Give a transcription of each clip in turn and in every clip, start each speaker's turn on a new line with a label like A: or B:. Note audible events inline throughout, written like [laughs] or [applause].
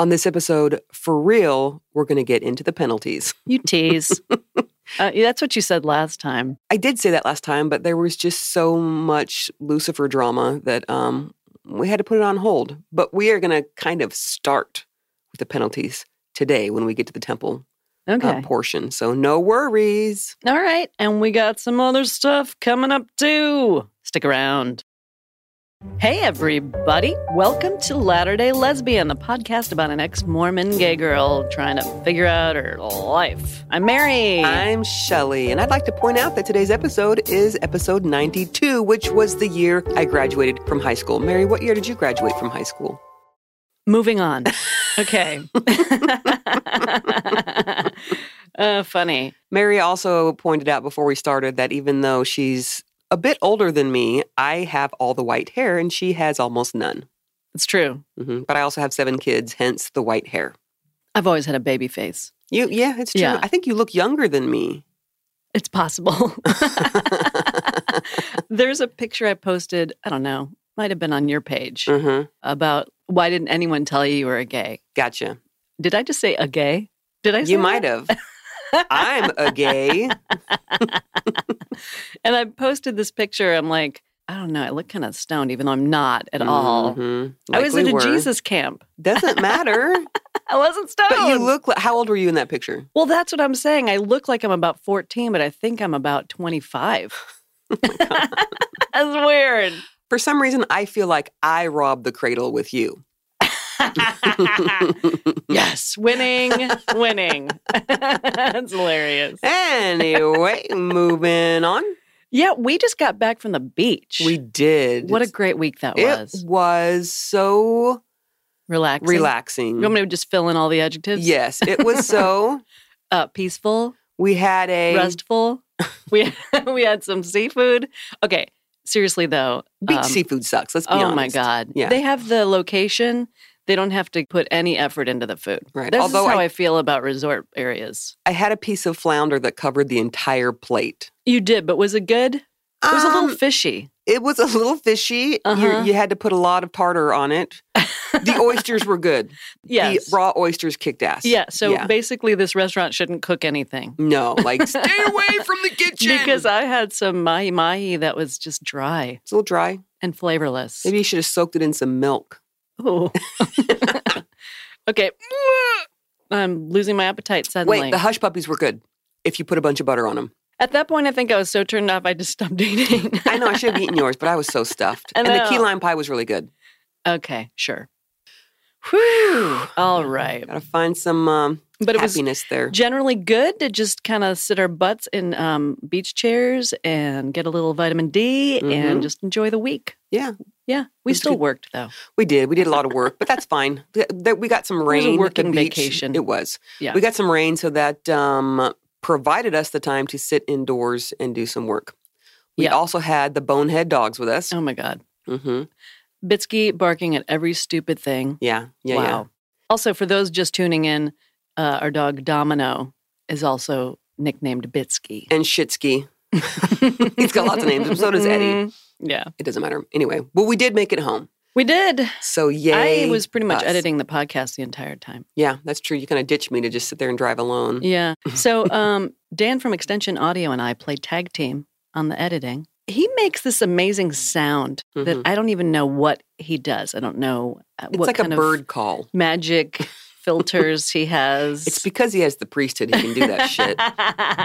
A: On this episode, for real, we're going to get into the penalties.
B: You tease. uh, yeah, that's what you said last time.
A: I did say that last time, but there was just so much Lucifer drama that um, we had to put it on hold. But we are going to kind of start with the penalties today when we get to the temple
B: Okay.
A: uh, portion. So no worries.
B: All right. And we got some other stuff coming up too. Stick around. Hey, everybody. Welcome to Latter day Lesbian, the podcast about an ex Mormon gay girl trying to figure out her life. I'm Mary.
A: I'm Shelly, and I'd like to point out that today's episode is episode 92, which was the year I graduated from high school. Mary, what year did you graduate from high school?
B: Moving on. Okay. [laughs] uh, funny.
A: Mary also pointed out before we started that even though she's a bit older than me, I have all the white hair and she has almost none.
B: It's true.
A: hmm But I also have seven kids, hence the white hair.
B: I've always had a baby face.
A: You, yeah, it's true.
B: Yeah.
A: I think you look younger than
B: [laughs]
A: me.
B: It's possible. [laughs] There's a picture I posted, I don't know, might have been on your page.
A: hmm
B: about why didn't anyone tell you you were a gay?
A: Gotcha.
B: Did I just say a gay? Did I? Say
A: You might
B: [laughs]
A: have. I'm a gay.
B: And I posted this picture. I'm like, I don't know. I look kind of stoned, even though I'm not at all.
A: Mhm.
B: I
A: Like
B: was
A: we
B: at a
A: were.
B: Jesus
A: [laughs]
B: camp.
A: Doesn't
B: [laughs]
A: matter.
B: I wasn't stoned.
A: But you look like, how old were you in that picture?
B: well, that's what I'm saying. I look like I'm about 14, but I think I'm
A: [laughs]
B: about 25.
A: Oh
B: [laughs] that's weird.
A: For some reason, I feel like I robbed the cradle with
B: [laughs]
A: you. [laughs]
B: yes, winning, winning. [laughs] that's hilarious.
A: Anyway, moving on.
B: Yeah, we just got back from the beach.
A: We did.
B: what a great week that
A: it
B: was.
A: was so
B: Relaxing.
A: relaxing.
B: You want me to just fill in all the adjectives?
A: Yes,
B: [laughs]
A: it was so.
B: Uh, peaceful,
A: We had a
B: restful. [laughs] we we had some seafood. Okay. Seriously though,
A: beach
B: um,
A: seafood sucks. Let's be
B: Oh
A: honest.
B: my god.
A: Yeah.
B: They have the location. They don't have to put any effort into the food.
A: Right.
B: This
A: Although
B: is how
A: I-
B: I, feel about resort areas.
A: I had a piece of flounder that covered the entire plate.
B: You did, but was it good? It was a
A: Um,
B: little fishy.
A: It was a little fishy.
B: Uh-huh.
A: You, you had to put a lot of tartar on it. The oysters were
B: [laughs]
A: good.
B: Yes.
A: The raw oysters kicked ass.
B: yeah. So
A: Yeah.
B: basically this restaurant shouldn't cook anything.
A: No, like stay
B: [laughs]
A: away from the kitchen
B: Because I had some mahi mahi that was just dry
A: it's a little dry.
B: and flavorless. [laughs]
A: Maybe you should have soaked it in some milk.
B: Oh. okay. I'm losing my appetite suddenly.
A: Wait, the hush puppies were good if you put a bunch of butter on them.
B: At that point, I think I was so turned off, I just stopped [laughs] eating.
A: I know I should have eaten yours, but I was so stuffed.
B: [laughs] I
A: And the key
B: know.
A: lime pie was really good.
B: okay, sure. Whew.
A: Oh
B: All right.
A: Gotta find some um,
B: But it was
A: happiness there.
B: generally good to just kind of sit our butts in um, beach chairs and get a little vitamin D and
A: Mhm.
B: just enjoy the week.
A: Yeah.
B: Yeah. We
A: It's
B: still
A: good.
B: worked, though.
A: We did. We did a lot of work, but that's fine. Th- th- We got some rain. at the
B: working
A: beach.
B: vacation.
A: It was.
B: Yeah.
A: We got some rain, so that um, provided us the time to sit indoors and do some work. We
B: Yeah.
A: also had the bonehead dogs with us.
B: Oh, my God.
A: hmm
B: Bitsky barking at every stupid thing.
A: Yeah. Yeah.
B: wow.
A: Yeah.
B: Also, for those just tuning in, uh, our dog Domino is also nicknamed Bitsky.
A: And
B: [laughs]
A: Shitsky. [laughs] He's got lots of names, and so does
B: Mm.
A: Eddie.
B: Mm-hmm. Yeah.
A: It doesn't matter. Anyway, well, we did make it home.
B: We did.
A: So, yay.
B: I was pretty much
A: us.
B: editing the podcast the entire time.
A: Yeah, that's true. You kind of ditched me to just sit there and drive alone. [laughs]
B: Yeah. So um, Dan from Extension Audio and I played tag team on the editing. He makes this amazing sound
A: Mhm.
B: that I don't even know what he does. I don't know uh,
A: It's
B: what
A: like a
B: kind of
A: bird call.
B: magic
A: [laughs]
B: filters he has.
A: It's because he has the priesthood, he can do that
B: [laughs]
A: shit. [laughs]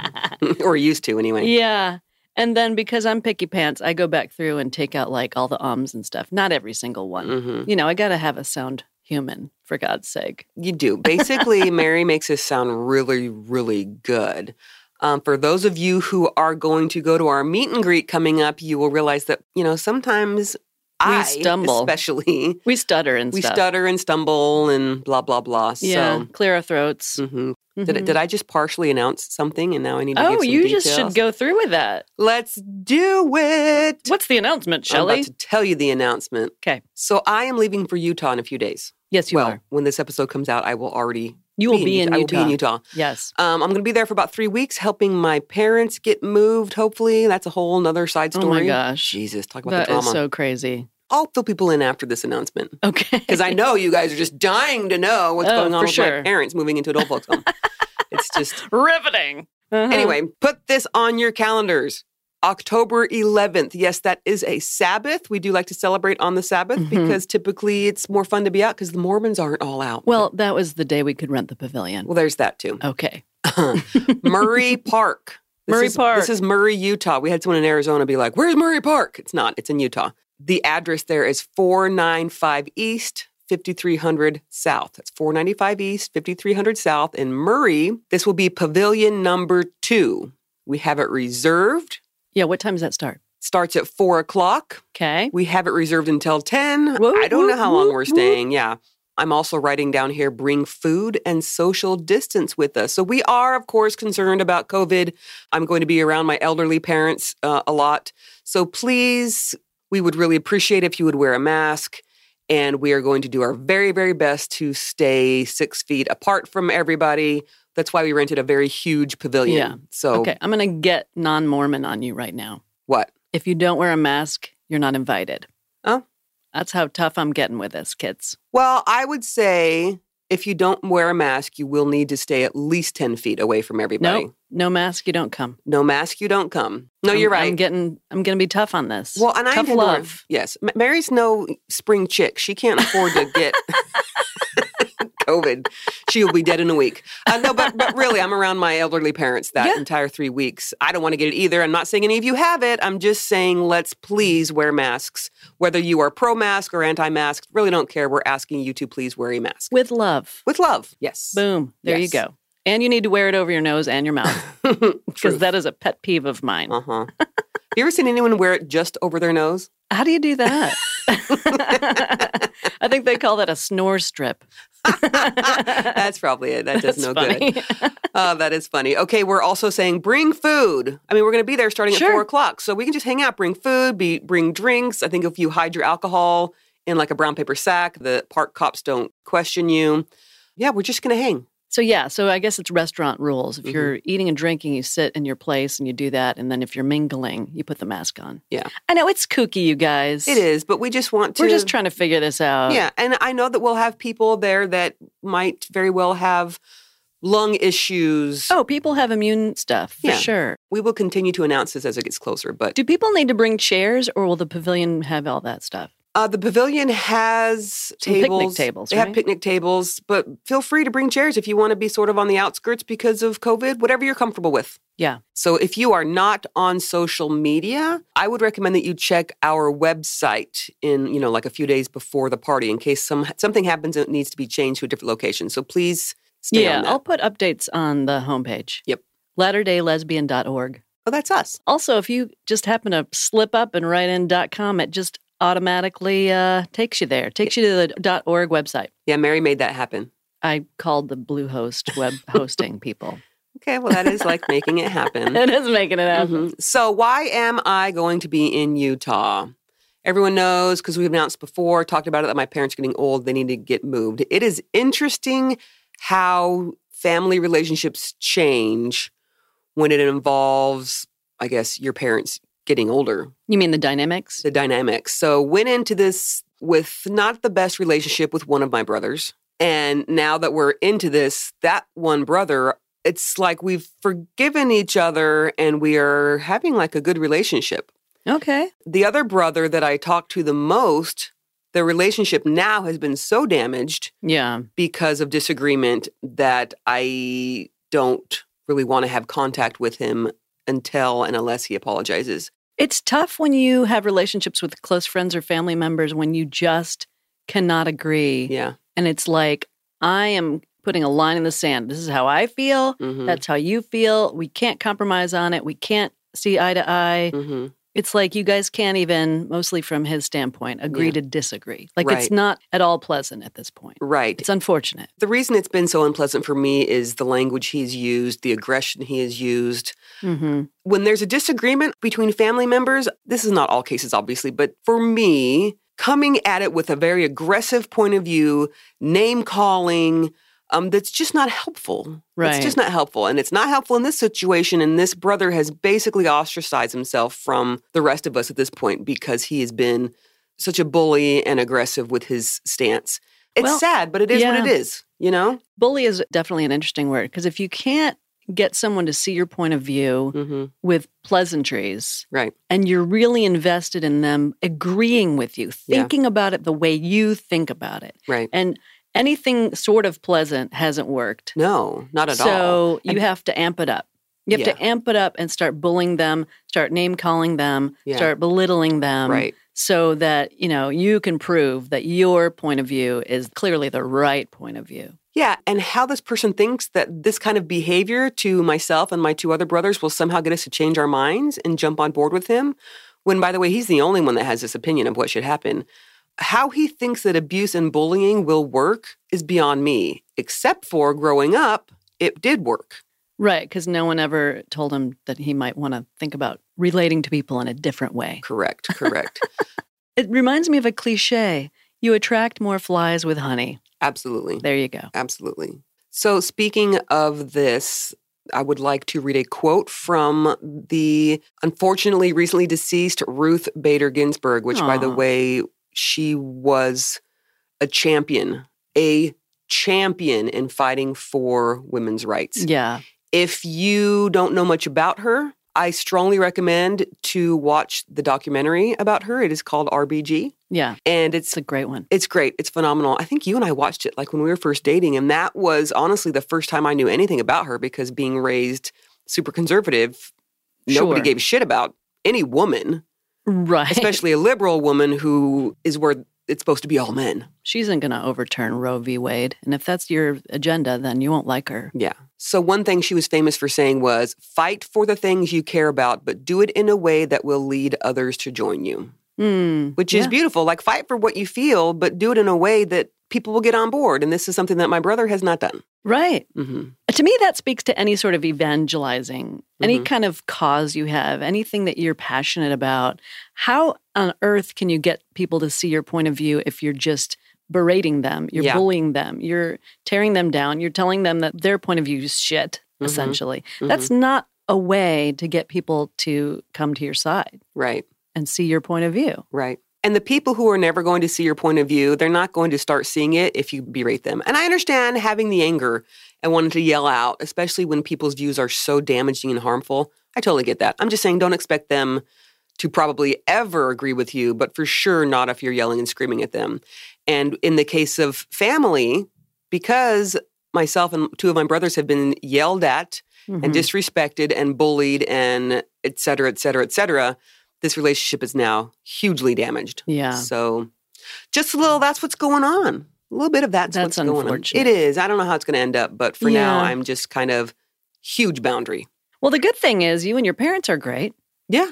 A: or he used to, anyway.
B: Yeah. And then because I'm picky pants, I go back through and take out like all the ums and stuff. Not every single one.
A: hmm
B: You know, I got to have a sound human, for God's sake.
A: You do. Basically, Mary makes this sound really, really good. Um, for those of you who are going to go to our meet and greet coming up, you will realize that, you know, sometimes I
B: stumble.
A: especially,
B: We stutter and
A: we
B: stuff.
A: stutter and stumble and blah, blah, blah.
B: Yeah.
A: So,
B: Clear our throats.
A: mhm. Did,
B: Mhm.
A: did I just partially announce something and now I need to
B: Oh,
A: give some
B: you just
A: details?
B: should go through with that.
A: Let's do it.
B: What's the announcement,
A: I'm
B: Shelley?
A: about to tell you the announcement.
B: 'Kay.
A: So I am leaving for Utah in a few days.
B: Yes, you
A: well,
B: are.
A: when this episode comes out, I will already
B: You will be
A: in,
B: in
A: I will
B: Utah.
A: be in Utah.
B: Yes.
A: Um, I'm going to be there for about three weeks, helping my parents get moved. Hopefully, that's a whole nother side
B: Oh my
A: story.
B: gosh.
A: Jesus, talk about
B: That
A: the drama.
B: is so crazy.
A: I'll fill people in after this announcement
B: Okay.
A: because
B: [laughs]
A: I know you guys are just dying to know what's
B: Oh,
A: going on
B: for
A: with
B: sure.
A: my parents moving into adult folks
B: [laughs]
A: home. it's just
B: riveting. Uh-huh.
A: anyway. Put this on your calendars. October 11th. Yes, that is a Sabbath. We do like to celebrate on the Sabbath
B: Mhm.
A: because typically it's more fun to be out because the Mormons aren't all out.
B: Well, that was the day we could rent the pavilion.
A: well, there's that too.
B: Okay. [laughs]
A: Murray Park. This
B: Murray
A: is-
B: Park.
A: This is Murray, Utah. We had someone in Arizona be like, Where's Murray Park? It's not, it's in Utah. The address there is 495 East, 5300 South. That's 495 East, 5300 South in Murray. This will be pavilion number two. We have it reserved.
B: Yeah, what time does that start?
A: Starts at four o'clock.
B: Okay.
A: We have it reserved until 10.
B: Whoop,
A: I don't know how
B: whoop,
A: long
B: whoop,
A: we're
B: whoop.
A: staying. Yeah. I'm also writing down here bring food and social distance with us. So we are, of course, concerned about COVID. I'm going to be around my elderly parents uh, a lot. So please, we would really appreciate if you would wear a mask. And we are going to do our very, very best to stay six feet apart from everybody. That's why we rented a very huge pavilion.
B: Yeah.
A: So,
B: Okay. I'm going to get non Mormon on you right now.
A: what?
B: If you don't wear a mask, you're not invited.
A: Oh.
B: That's how tough I'm getting with this, kids.
A: Well, I would say if you don't wear a mask, you will need to stay at least 10 feet away from
B: No,
A: everybody.
B: no mask, you don't come.
A: No mask, you don't come. No,
B: I'm-
A: you're right.
B: I'm getting, I'm going to be tough on this.
A: well, and I
B: tough
A: intend to wear-
B: love.
A: yes. Ma- Mary's no spring chick. She can't afford to get [laughs] COVID. She will be dead in a week. Uh, no, but, but really, I'm around my elderly parents that
B: Yeah.
A: entire three weeks. I don't want to get it either. I'm not saying any of you have it. I'm just saying let's please wear masks. Whether you are pro mask or anti mask, really don't care. We're asking you to please wear a mask.
B: With love.
A: With love. Yes.
B: Boom. There
A: Yes.
B: you go. And you need to wear it over your nose and
A: [laughs]
B: your mouth because
A: Truth.
B: that is a pet peeve of mine.
A: uh-huh. Have you ever seen anyone wear it just over their
B: [laughs]
A: nose?
B: How do you
A: [laughs]
B: do that? [laughs] I think they call that a snore strip.
A: That's probably it. That does
B: That's
A: no good.
B: funny.
A: Oh, that is funny. Okay, we're also saying bring food. I mean, we're going to be there starting
B: Sure.
A: at four o'clock, so we can just hang out, bring food, be bring drinks. I think if you hide your alcohol in like a brown paper sack, the park cops don't question you. Yeah, we're just going to hang.
B: So yeah, so I guess it's restaurant rules. If
A: Mhm.
B: you're eating and drinking, you sit in your place and you do that, and then if you're mingling, you put the mask on.
A: Yeah.
B: I know it's kooky, you guys.
A: It is, but we just want to.
B: We're just trying to figure this out.
A: Yeah, and I know that we'll have people there that might very well have lung issues.
B: Oh, people have immune stuff for
A: Yeah.
B: sure.
A: We will continue to announce this as it gets closer, but
B: Do people need to bring chairs, or will the pavilion have all that stuff?
A: Uh, the pavilion has
B: Some picnic
A: tables.
B: tables,
A: They
B: right?
A: have picnic tables, but feel free to bring chairs if you want to be sort of on the outskirts because of COVID, whatever you're comfortable with.
B: Yeah.
A: So if you are not on social media, I would recommend that you check our website in, you know, like a few days before the party in case some something happens and it needs to be changed to a different location. So please stay
B: yeah,
A: on that.
B: I'll put updates on the homepage.
A: Yep.
B: Latterdaylesbian.org.
A: oh, that's us.
B: Also, if you just happen to slip up and write in .com, it just automatically uh, takes you there. Takes you to the .org website.
A: Yeah, Mary made that happen.
B: I called the Bluehost [laughs] web hosting [laughs] people.
A: Okay, well that is like making it happen.
B: It is making it happen.
A: Mhm. So, why am I going to be in Utah? Everyone knows because we've announced before, talked about it, that my parents are getting old. They need to get moved. It is interesting how family relationships change when it involves, I guess, your parents getting older,
B: You mean the dynamics?
A: the dynamics. So, went into this with not the best relationship with one of my brothers. And now that we're into this, that one brother, it's like we've forgiven each other and we are having like a good relationship.
B: Okay.
A: The other brother that I talked to the most, the relationship now has been so damaged
B: Yeah.
A: because of disagreement that I don't really want to have contact with him until and unless he apologizes.
B: It's tough when you have relationships with close friends or family members when you just cannot agree.
A: Yeah.
B: And it's like, I am putting a line in the sand. This is how I feel.
A: Mm-hmm.
B: That's how you feel. We can't compromise on it. We can't see eye to eye.
A: mm-hmm.
B: It's like you guys can't even, mostly from his standpoint, agree
A: Yeah.
B: to disagree. Like it's
A: Right.
B: not at all pleasant at this point.
A: Right.
B: It's unfortunate.
A: The reason it's been so unpleasant for me is the language he's used, the aggression he has used.
B: Mm-hmm.
A: When there's a disagreement between family members, this is not all cases, obviously, but for me, coming at it with a very aggressive point of view, name calling, um, that's just not helpful.
B: Right.
A: It's just not helpful. And it's not helpful in this situation. And this brother has basically ostracized himself from the rest of us at this point because he has been such a bully and aggressive with his stance. It's
B: Well,
A: sad, but it is
B: yeah.
A: what it is, you know?
B: Bully is definitely an interesting word because if you can't get someone to see your point of view
A: hmm
B: with pleasantries,
A: Right.
B: and you're really invested in them agreeing with you,
A: Yeah.
B: thinking about it the way you think about it,
A: Right.
B: and anything sort of pleasant hasn't worked.
A: No, not at all.
B: So you
A: And-
B: have to amp it up. You have to amp it up and start bullying them, start name calling them,
A: Yeah.
B: start belittling them,
A: right.
B: so that you know you can prove that your point of view is clearly the right point of view.
A: Yeah. And how this person thinks that this kind of behavior to myself and my two other brothers will somehow get us to change our minds and jump on board with him, when, by the way, he's the only one that has this opinion of what should happen. How he thinks that abuse and bullying will work is beyond me, except for growing up, it did work.
B: Right, because no one ever told him that he might want to think about relating to people in a different way.
A: Correct, correct.
B: It reminds me of a cliche you attract more flies with honey.
A: Absolutely.
B: There you go.
A: Absolutely. So, speaking of this, I would like to read a quote from the unfortunately recently deceased Ruth Bader Ginsburg, which, by the
B: Aw.
A: way, she was a champion, a champion in fighting for women's rights.
B: Yeah.
A: If you don't know much about her, I strongly recommend to watch the documentary about her. It is called RBG,
B: Yeah.
A: and it's
B: It's a great one.
A: it's great. It's phenomenal. I think you and I watched it like when we were first dating, and that was honestly the first time I knew anything about her because being raised super conservative, nobody
B: Sure.
A: gave a shit about any woman,
B: Right.
A: especially a liberal woman who is where it's supposed to be all men.
B: she isn't going to overturn Roe v. Wade. And if that's your agenda, then you won't like her.
A: Yeah. So, one thing she was famous for saying was fight for the things you care about, but do it in a way that will lead others to join you,
B: Mm,
A: which is
B: yeah.
A: beautiful. Like, fight for what you feel, but do it in a way that people will get on board. And this is something that my brother has not done.
B: right.
A: hmm
B: To me, that speaks to any sort of evangelizing, any
A: Mhm.
B: kind of cause you have, anything that you're passionate about. How on earth can you get people to see your point of view if you're just berating them, you're
A: Yeah.
B: bullying them, you're tearing them down, you're telling them that their point of view is shit,
A: Mhm.
B: essentially? That's
A: Mm-hmm.
B: not a way to get people to come to your side
A: right.
B: and see your point of view.
A: Right. And the people who are never going to see your point of view, they're not going to start seeing it if you berate them. And I understand having the anger and wanting to yell out, especially when people's views are so damaging and harmful. I totally get that. I'm just saying don't expect them to probably ever agree with you, but for sure not if you're yelling and screaming at them. And in the case of family, because myself and two of my brothers have been yelled at and
B: Mhm.
A: disrespected and bullied and et cetera, et cetera, et cetera, this relationship is now hugely damaged.
B: yeah.
A: So just a little, that's what's going on. A little bit of that's, what's
B: That's
A: going on.
B: unfortunate.
A: It is. I don't know how it's going to end up, but for now,
B: Yeah.
A: I'm just kind of huge boundary.
B: Well, the good thing is you and your parents are great.
A: Yeah.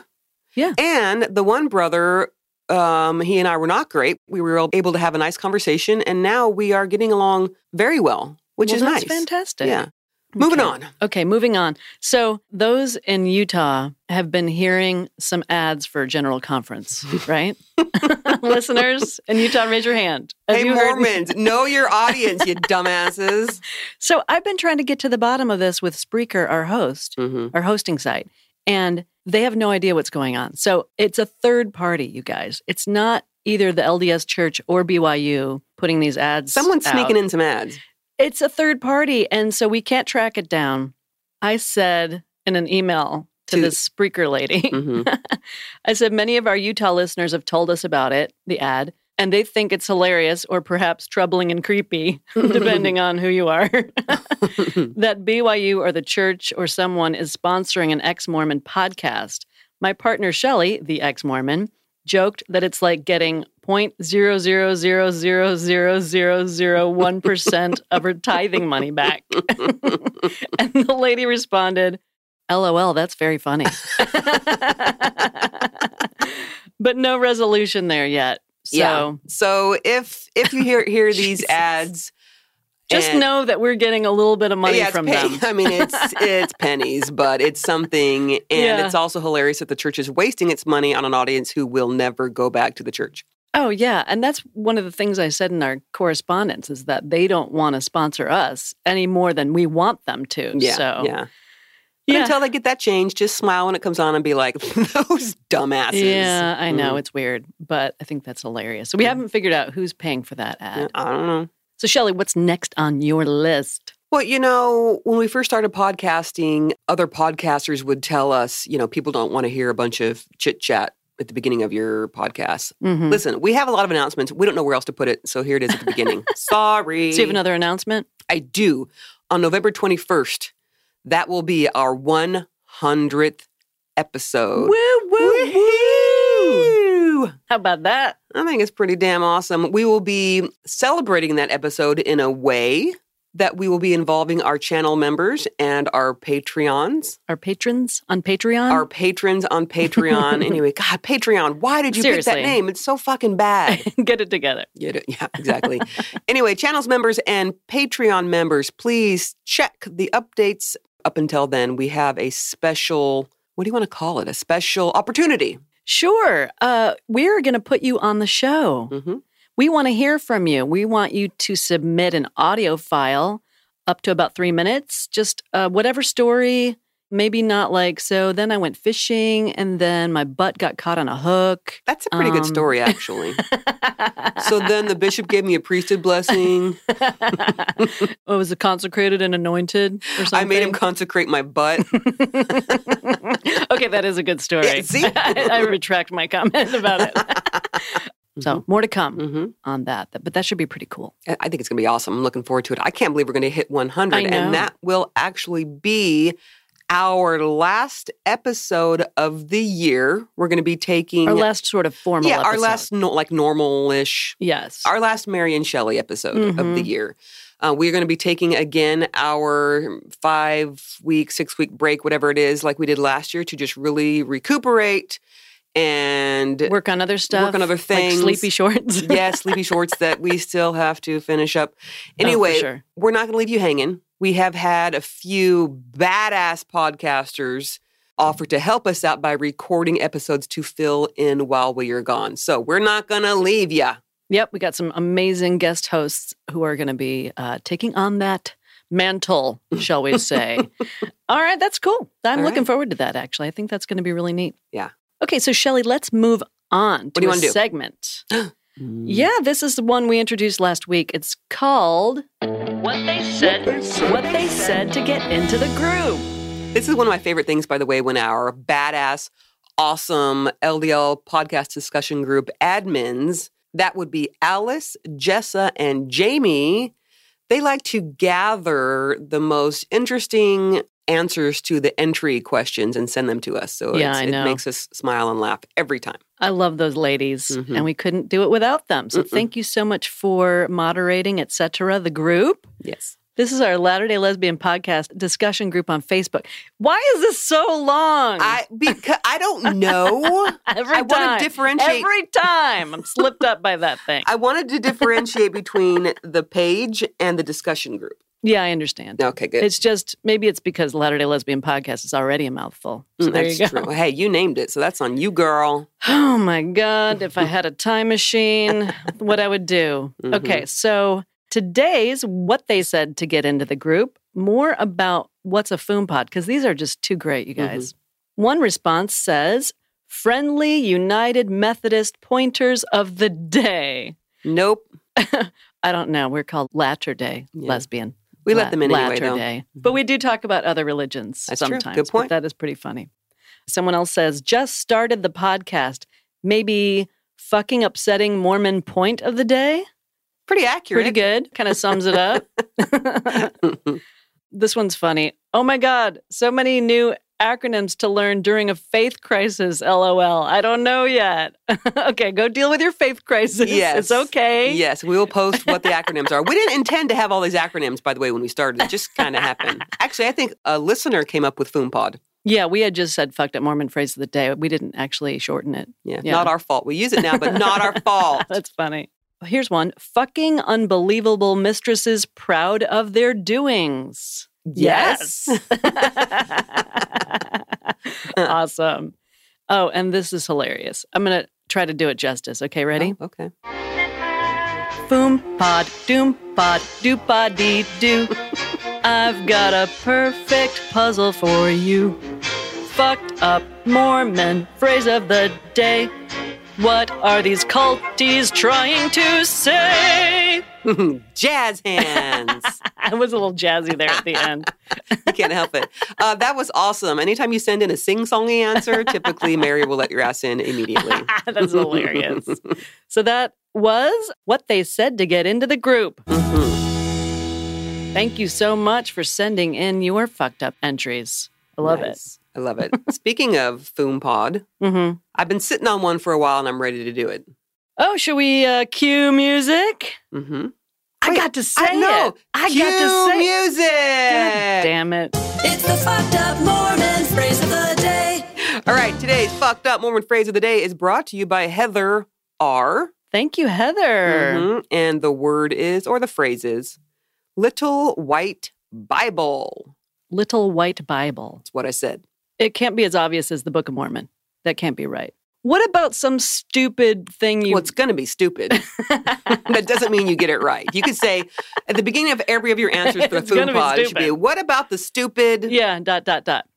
B: Yeah.
A: And the one brother, um, he and I were not great. We were able to have a nice conversation, and now we are getting along very well, which
B: Well,
A: is
B: that's
A: nice.
B: fantastic.
A: Yeah. Moving
B: Okay.
A: on.
B: Okay, moving on. So, those in Utah have been hearing some ads for
A: [laughs]
B: General Conference, right? [laughs] Listeners in Utah, raise your hand. Have
A: hey,
B: you heard-
A: Mormons, know your audience,
B: [laughs]
A: you dumbasses.
B: So, I've been trying to get to the bottom of this with Spreaker, our host,
A: Mm-hmm.
B: our hosting site, and they have no idea what's going on. So, it's a third party, you guys. It's not either the LDS Church or BYU putting these ads.
A: Someone's
B: out.
A: sneaking in some
B: [laughs]
A: ads.
B: it's a third party and so we can't track it down i said in an email to,
A: To-
B: this spreaker lady
A: hmm
B: [laughs] i said many of our utah listeners have told us about it the ad and they think it's hilarious or perhaps troubling and creepy [laughs] depending on who you are that byu or the church or someone is sponsoring an ex-mormon podcast my partner shelly the ex-mormon joked that it's like getting
A: [laughs]
B: 0.000000001% of her tithing money back. [laughs] and the lady responded, LOL, that's very funny. [laughs] but no resolution there yet. So
A: Yeah. So if if you hear
B: [laughs]
A: hear these
B: Jesus.
A: ads,
B: just
A: and-
B: know that we're getting a little bit of money
A: yeah, it's
B: from
A: pay-
B: them.
A: [laughs] I mean, it's
B: [laughs]
A: it's pennies, but it's something, and
B: Yeah.
A: it's also hilarious that the church is wasting its money on an audience who will never go back to the church.
B: Oh, yeah. And that's one of the things I said in our correspondence is that they don't want to sponsor us any more than we want them to.
A: Yeah,
B: so
A: yeah. But
B: Yeah.
A: until they get that change, just smile when it comes on and be like, [laughs] those dumbasses.
B: Yeah, I know.
A: Mm.
B: It's weird, but I think that's hilarious. So we haven't figured out who's paying for that ad.
A: Mm-hmm. Yeah, I don't know.
B: So, Shelly, what's next on your list?
A: Well, you know, when we first started podcasting, other podcasters would tell us, you know, people don't want to hear a bunch of chit chat at the beginning of your podcast.
B: Mhm.
A: Listen, we have a lot of announcements. We don't know where else to put it. So here it is at the
B: [laughs]
A: beginning. Sorry.
B: So, you have another announcement?
A: I do. On November 21st, that will be our 100th episode.
B: woo.
A: Woo!
B: How about that?
A: I think it's pretty damn awesome. We will be celebrating that episode in a way that we will be involving our channel members and our Patreons,
B: Our patrons on Patreon?
A: our patrons on Patreon. anyway, God, Patreon, why did you
B: Seriously.
A: pick that name? It's so fucking bad.
B: [laughs] Get it together.
A: Yeah, d- yeah, exactly. anyway, channels members and Patreon members, please check the updates. Up until then, we have a special, what do you want to call it? A special opportunity.
B: Sure. Uh, we're going to put you on the show.
A: hmm
B: We want to hear from you. We want you to submit an audio file up to about three minutes, just uh, whatever story, maybe not like, so then I went fishing and then my butt got caught on a hook.
A: That's a pretty
B: Um,
A: good story, actually. so then the bishop gave me a priesthood
B: [laughs]
A: blessing.
B: What was it, consecrated and anointed or something?
A: I made him [laughs] consecrate my butt.
B: [laughs] okay, that is a good story.
A: Yeah, see?
B: I, [laughs] I retract my comment
A: [laughs]
B: about it. so, more to come
A: hmm
B: on that, but that should be pretty cool.
A: I think it's going to be awesome. I'm looking forward to it. I can't believe we're going to hit 100.
B: I know.
A: And that will actually be our last episode of the year. We're going to be taking.
B: Our last sort of formal
A: yeah, our
B: episode.
A: last, no, like, normal ish
B: Yes.
A: our last Mary and Shelley episode of the
B: Mhm.
A: year. Uh, we're going to be taking again our five week, six week break, whatever it is, like we did last year, to just really recuperate and
B: [laughs] work on other stuff.
A: on other
B: Like
A: things.
B: sleepy shorts.
A: yeah, sleepy shorts that we still have to finish up. Anyway,
B: Oh, for sure.
A: we're not going to leave you hanging. We have had a few badass podcasters offer to help us out by recording episodes to fill in while we are gone. So we're not going to leave ya.
B: Yep, we got some amazing guest hosts who are going to be uh, taking on that mantle,
A: [laughs]
B: shall we say. All right, that's cool. I'm
A: All
B: looking
A: right.
B: forward to that, actually. I think that's going to be really neat.
A: Yeah.
B: Okay, so Shelly, let's move on to
A: do you
B: a
A: wanna do? Mm.
B: segment. Yeah, this is the one we introduced last week. It's called What They Said, What They Said to Get Into the Groove.
A: This is one of my favorite things, by the way, when our badass, awesome LDL podcast discussion group admins, that would be Alice, Jessa, and Jamie, they like to gather the most interesting answers to the entry questions and send them to us. So
B: Yeah,
A: it's-
B: I
A: it
B: know.
A: makes us smile and laugh every time.
B: I love those ladies,
A: Mhm.
B: and we couldn't do it without them. So
A: Mm-mm.
B: thank you so much for moderating, et cetera, the group.
A: Yes.
B: This is our Latter day Lesbian podcast discussion group on Facebook. Why is this so long?
A: I because I don't know.
B: [laughs] every
A: I
B: time.
A: want to differentiate
B: every time I'm slipped up by that thing.
A: [laughs] I wanted to differentiate between the page and the discussion group.
B: yeah, I understand.
A: Okay, good.
B: It's just maybe it's because Latter day Lesbian podcast is already a mouthful. So
A: Mm,
B: there
A: that's
B: you go.
A: true. Hey, you named it, so that's on you, girl.
B: Oh my God. If I had a time machine, what I would do.
A: Mhm.
B: Okay. So today's what they said to get into the group, more about what's a foom pod, because these are just too great, you guys. One response says, Friendly United Methodist Pointers of the Day.
A: Nope.
B: I don't know. We're called Latter Day
A: Yeah.
B: Lesbian.
A: We let
B: La-
A: them in anyway,
B: latter
A: though. Mm-hmm.
B: day. But we do talk about other religions
A: That's true.
B: sometimes.
A: Good
B: but
A: point.
B: that is pretty funny. Someone else says, just started the podcast. Maybe fucking upsetting Mormon point of the day.
A: Pretty accurate.
B: Pretty good. Kind of sums
A: [laughs]
B: it up. [laughs] this one's funny. Oh my God. So many new acronyms to learn during a faith crisis. LOL. I don't know yet. [laughs] okay, go deal with your faith crisis.
A: Yes.
B: It's okay.
A: Yes, we will post what the acronyms are. We didn't intend to have all these acronyms, by the way, when we started. It just kind of
B: [laughs]
A: happened. Actually, I think a listener came up with FoomPod.
B: Yeah, we had just said fucked up Mormon phrase of the day. We didn't actually shorten it.
A: Yeah,
B: Yeah.
A: not our fault. We use it now, but not our fault.
B: That's funny. Here's one fucking unbelievable mistresses proud of their doings. [laughs] awesome. Oh, and this is hilarious. I'm going to try to do it justice. Okay, [laughs] ready?
A: Oh, okay.
B: Boom, pod, doom, pod, doop, dee, doo. I've got a perfect puzzle for you. Fucked up Mormon phrase of the day. What are these culties trying to say?
A: [laughs] Jazz hands.
B: I was a little jazzy there at the end. [laughs]
A: you can't help it. Uh, that was awesome. Anytime you send in a sing songy answer, typically Mary will let your ass in immediately.
B: [laughs] That's hilarious. so that was what they said to get into the group.
A: Mhm.
B: Thank you so much for sending in your fucked up entries. I love
A: Nice. I love it. Speaking of Foom Pod,
B: it. Mm-hmm.
A: I've been sitting on one for a while and I'm ready to do it.
B: Oh, should we uh, cue music?
A: Mm-hmm.
B: I
A: Wait,
B: got to say
A: no.
B: it. I got to say
A: music.
B: God damn it.
C: It's the fucked up Mormon phrase of the day.
A: All right, today's fucked up Mormon phrase of the day is brought to you by Heather R.
B: Thank you, Heather.
A: Mhm. And the word is, or the phrase is, little white Bible.
B: Little White Bible.
A: That's what I said.
B: It can't be as obvious as the Book of Mormon. That can't be right. What about some stupid thing you
A: Well, it's going to be stupid.
B: [laughs]
A: that doesn't mean you get it right. You could say at the beginning of every of your answers for the
B: [laughs] It's gonna
A: food
B: be
A: pod, it should be,
B: stupid.
A: what about the stupid?
B: Yeah, dot dot dot.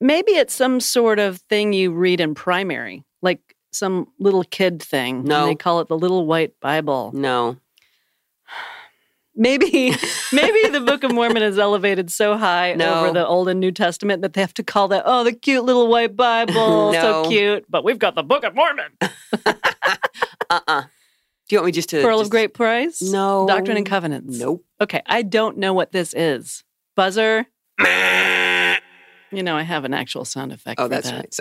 B: Maybe it's some sort of thing you read in primary, like some little kid thing. and
A: No.
B: they call it the little white Bible.
A: No.
B: [sighs] Maybe maybe the Book of Mormon is elevated so high
A: No.
B: over the Old and New Testament that they have to call that oh the cute little
A: [laughs]
B: white Bible.
A: No.
B: So cute. But we've got the Book of Mormon.
A: Uh-uh. Do you want me just to?
B: Pearl
A: just-
B: of Great Price.
A: No.
B: Doctrine and Covenants.
A: Nope.
B: Okay. I don't know what this is. Buzzer. you know, I have an actual sound effect.
A: Oh,
B: for
A: that's
B: that.
A: right.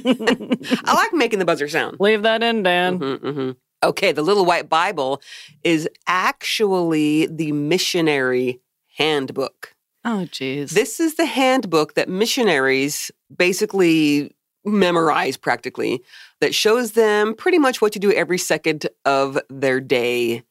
A: Sorry. [laughs] I like making the buzzer sound.
B: [laughs] Leave that in, Dan.
A: Mhm, mhm. Okay, the Little White Bible is actually the missionary handbook.
B: Oh, geez.
A: This is the handbook that missionaries basically memorize practically that shows them pretty much what to do every second of their day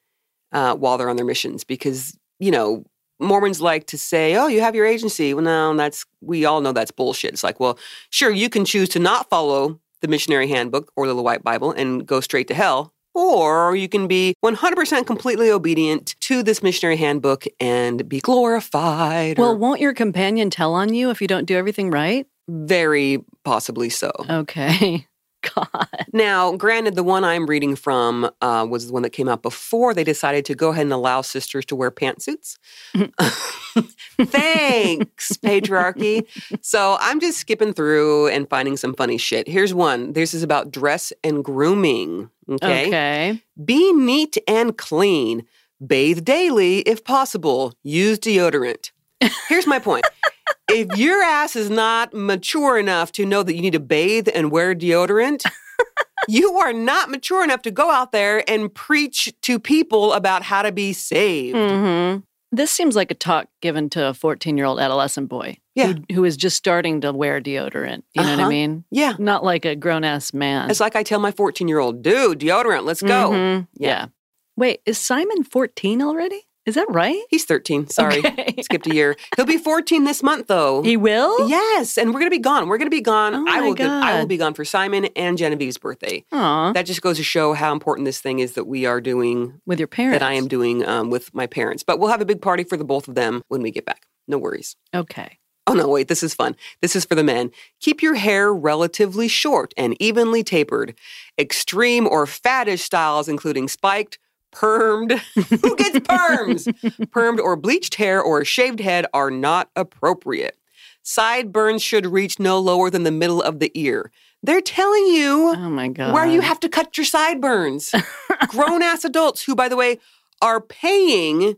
A: uh, while they're on their missions because you know mormons like to say oh you have your agency well no that's we all know that's bullshit it's like well sure you can choose to not follow the missionary handbook or the little white bible and go straight to hell or you can be 100% completely obedient to this missionary handbook and be glorified or
B: well, won't your companion tell on you if you don't do everything right?
A: Very possibly so.
B: Okay. [laughs] God.
A: Now, granted, the one I'm reading from uh, was the one that came out before they decided to go ahead and allow sisters to wear pantsuits. Thanks, patriarchy. So I'm just skipping through and finding some funny shit. Here's one. This is about dress and grooming. Okay.
B: Okay.
A: Be neat and clean. Bathe daily if possible. Use deodorant. Here's my point. if your ass is not mature enough to know that you need to bathe and wear deodorant, you are not mature enough to go out there and preach to people about how to be saved. Mm-hmm.
B: hmm This seems like a talk given to a 14 year old adolescent boy
A: Yeah.
B: who, who is just starting to wear deodorant. You know what
A: Uh-huh.
B: I mean?
A: Yeah.
B: Not like a grown ass man.
A: It's like I tell my 14 year old, dude, deodorant, let's go.
B: Mhm.
A: Yeah.
B: Yeah. Wait, is Simon 14 already? Is that right?
A: He's 13. Sorry.
B: Okay.
A: Skipped a year. He'll be 14 this month, though.
B: He will?
A: Yes, and we're gonna be gone. We're gonna be gone.
B: Oh
A: I
B: my
A: will. go- I will
B: God. Oh.
A: be gone for Simon and Genevieve's birthday.
B: Aw,
A: That just goes to show how important this thing is that we are doing,
B: with your parents.
A: that I am doing um, with my parents. But we'll have a big party for the both of them when we get back. No worries.
B: Okay.
A: Oh no, wait, this is fun. This is for the men. Keep your hair relatively short and evenly tapered. Extreme or faddish styles, including spiked, permed. [laughs] Who gets perms? permed or bleached hair or a shaved head are not appropriate. Sideburns should reach no lower than the middle of the ear. They're telling you
B: Oh my God.
A: where you have to cut your
B: [laughs]
A: sideburns. Grown ass adults who, by the way, are paying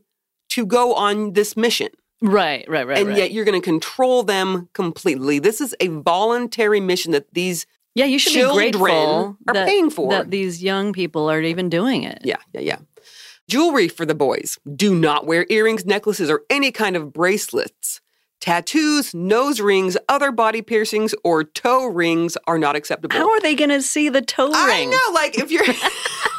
A: to go on this mission
B: Right, right, right.
A: and
B: right.
A: yet you're going to control them completely. This is a voluntary mission that these.
B: Yeah, you should
A: children
B: be grateful
A: are
B: that,
A: paying for.
B: that these young people are even doing it.
A: Yeah, yeah, yeah. Jewelry for the boys. Do not wear earrings, necklaces, or any kind of bracelets. Tattoos, nose rings, other body piercings, or toe rings are not acceptable.
B: How are they going to see the toe
A: I
B: ring?
A: know, like if you're [laughs]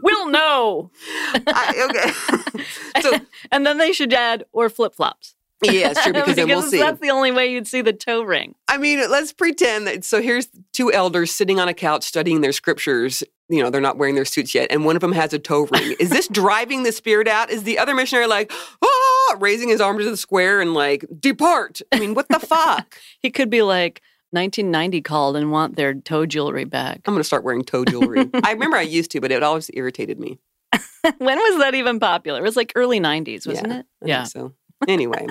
B: We'll know.
A: I, okay. [laughs] so
B: And then they should add or flip flops
A: yeah,
B: [laughs]
A: it's true because then we'll see.
B: that's the only way you'd see the toe ring.
A: I mean, let's pretend that. So here's two elders sitting on a couch studying their scriptures. You know, they're not wearing their suits yet, and one of them has a toe ring. Is this driving the spirit out? Is the other missionary like, oh? ah, raising his arms to the square and like, depart. I mean,
B: [laughs]
A: what the fuck?
B: He could be like 1990 called and want their toe jewelry back.
A: I'm going to start wearing toe jewelry. I remember I used to, but it always irritated me.
B: [laughs] when was that even popular? It was like early 90s, wasn't
A: Oh. Yeah,
B: it?
A: I think So anyway,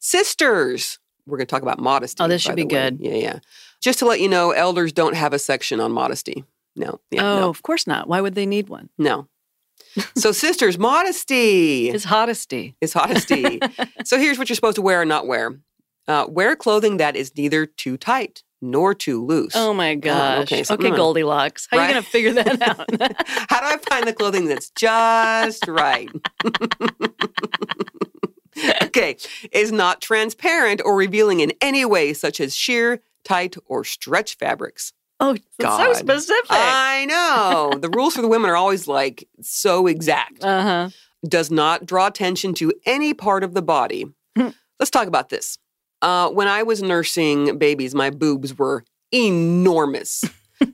A: sisters. We're going to talk about modesty.
B: Oh, this
A: by
B: should be
A: the way.
B: good.
A: Yeah, yeah. Just to let you know, elders don't have a section on modesty. No. Yeah,
B: oh,
A: no,
B: of course not. Why would they need one?
A: No. so sisters, modesty
B: It's hottesty.
A: is modesty. so here's what you're supposed to wear and not wear. Uh, wear clothing that is neither too tight nor too loose.
B: Oh my
A: okay,
B: gosh. okay,
A: something wrong.
B: Goldilocks. How are
A: Right.
B: you going to figure that out?
A: [laughs]
B: [laughs]
A: How do I find the clothing that's just right? [laughs] okay, is not transparent or revealing in any way, such as sheer, tight, or stretch fabrics.
B: oh, that's so
A: God.
B: specific. Uh
A: I know. the rules for the women are always like so exact.
B: huh.
A: Does not draw attention to any part of the body.
B: Hmm.
A: Let's talk about this. Uh, when I was nursing babies, my boobs were enormous.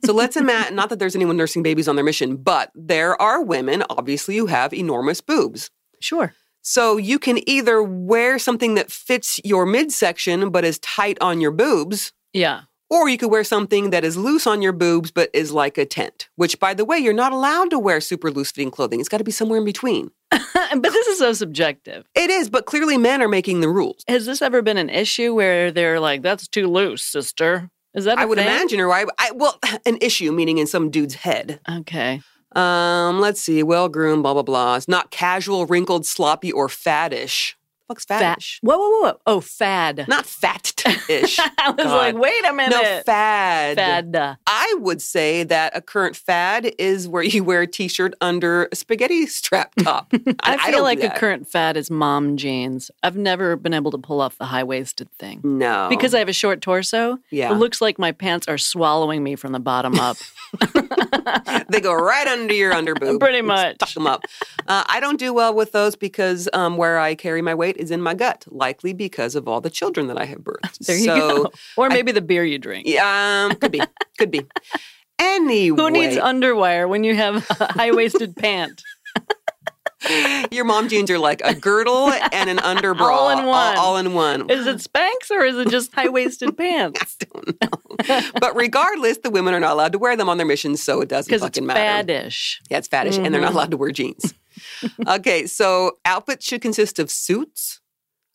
A: so let's imagine, not that there's anyone nursing babies on their mission, but there are women, obviously, who have enormous boobs.
B: Sure.
A: So you can either wear something that fits your midsection but is tight on your boobs,
B: Yeah. [laughs]
A: or you could wear something that is loose on your boobs but is like a tent, which, by the way, you're not allowed to wear super loose fitting clothing. It's got to be somewhere in between.
B: but this is so subjective.
A: It is, but clearly men are making the rules.
B: Has this ever been an issue where they're like, that's too loose, sister? Is that I
A: I would imagine, or I, I, well, [clears throat] an issue, meaning in some dude's head.
B: Okay.
A: Um, let's see, well groomed, blah, blah, blah. It's not casual, wrinkled, sloppy, or faddish. Fuck's
B: Fat.
A: faddish?
B: Whoa, whoa, whoa. Oh, fad.
A: Not fat ish.
B: [laughs] I was
A: God.
B: like, wait a minute.
A: no, fad.
B: Fad.
A: I would say that a current fad is where you wear a t shirt under a spaghetti strap top. I,
B: [laughs] I
A: I
B: feel
A: don't do
B: like a
A: that.
B: current fad is mom jeans. I've never been able to pull off the high waisted thing.
A: No.
B: Because I have a short torso,
A: Yeah.
B: it looks like my pants are swallowing me from
A: [laughs]
B: the bottom up.
A: they go right under your
B: [laughs]
A: under boob.
B: Pretty much.
A: Tuck them up. Uh, I don't do well with those because um, where I carry my weight is in my gut, likely because of all the children that I have birthed.
B: [laughs] There you
A: so,
B: go. Or maybe the beer you drink.
A: Yeah, um, could be, could be. Anyway,
B: [laughs] Who needs underwire when you have
A: [laughs]
B: a high waisted pant? [laughs]
A: your mom jeans are like a girdle and an under bra,
B: All in one.
A: all in
B: [laughs]
A: one.
B: Is it Spanx or is it just
A: [laughs]
B: high waisted pants?
A: but regardless, the women are not allowed to wear them on their missions, so it doesn't
B: Because
A: fucking
B: it's
A: matter.
B: faddish.
A: Yeah, it's faddish, and they're
B: Mm-hmm.
A: not allowed to wear
B: [laughs]
A: jeans. okay, so outfits should consist of suits.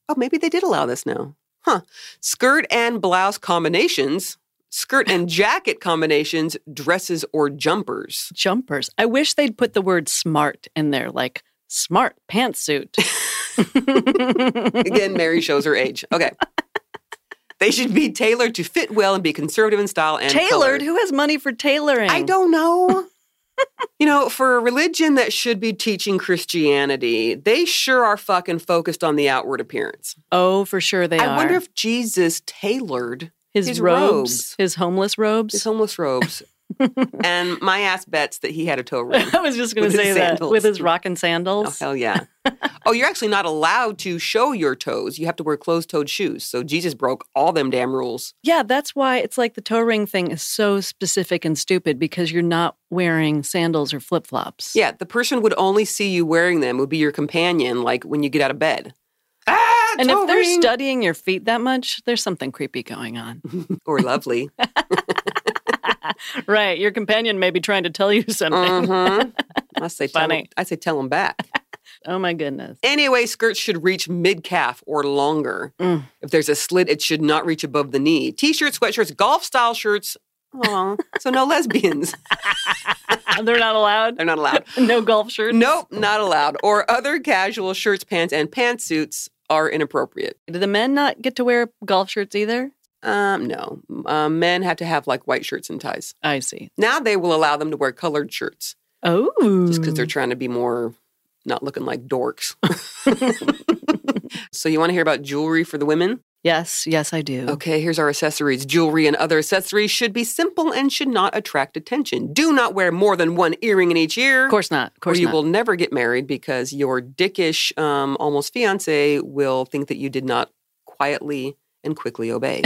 A: Oh, maybe they did allow this now. Huh. Skirt and blouse combinations, skirt and jacket combinations, dresses or jumpers.
B: Jumpers. I wish they'd put the word smart in there, like smart pantsuit.
A: Again, Mary shows her age. Okay. They should be tailored to fit well and be conservative in style [laughs] and
B: Tailored?
A: colored.
B: Who has money for tailoring?
A: I don't
B: [laughs]
A: know. you know, for a religion that should be teaching Christianity, they sure are fucking focused on the outward appearance.
B: Oh, for sure they
A: I
B: are.
A: wonder if Jesus tailored
B: his,
A: his
B: robes,
A: robes.
B: his homeless robes.
A: his homeless
B: [laughs]
A: robes. and my ass bets that he had a toe ring.
B: I was just going
A: With
B: to
A: his
B: say that
A: sandals.
B: with his rockin'
A: Oh,
B: sandals.
A: hell yeah. oh, you're actually not allowed to show your toes. You have to wear closed toed shoes. So Jesus broke all them damn rules.
B: yeah, that's why it's like the toe ring thing is so specific and stupid because you're not wearing sandals or flip flops.
A: Yeah, the person would only see you wearing them, would be your companion, like when you get out of bed. Ah,
B: And
A: toe
B: if they're
A: ring!
B: studying your feet that much, there's something creepy going on. [laughs]
A: or lovely.
B: right. Your companion may be trying to tell you [laughs] something.
A: Mm-hmm. I say, tell 'em-
B: Funny.
A: I say, tell them back.
B: Oh my goodness. [laughs]
A: Anyway, skirts should reach mid calf or longer.
B: Mm.
A: If there's a slit, it should not reach above the knee. T shirts, sweatshirts, golf style shirts. Aw, so no [laughs] lesbians.
B: They're not allowed.
A: They're not allowed.
B: No golf shirt.
A: Nope, not allowed. Or other casual shirts, pants, and pantsuits are inappropriate.
B: Do the men not get to wear golf shirts either?
A: Um, no. Um, men have to have like white shirts and ties.
B: I see.
A: Now they will allow them to wear colored shirts
B: Oh.
A: just because they're trying to be more not looking like dorks. [laughs] so you want to hear about jewelry for the women?
B: Yes, yes, I do.
A: Okay, here's our accessories. Jewelry and other accessories should be simple and should not attract attention. Do not wear more than one earring in each ear.
B: Of course not. Of
A: Or
B: course
A: you
B: not.
A: will never get married because your dickish, um, almost fiance will think that you did not quietly and quickly
B: [laughs]
A: obey.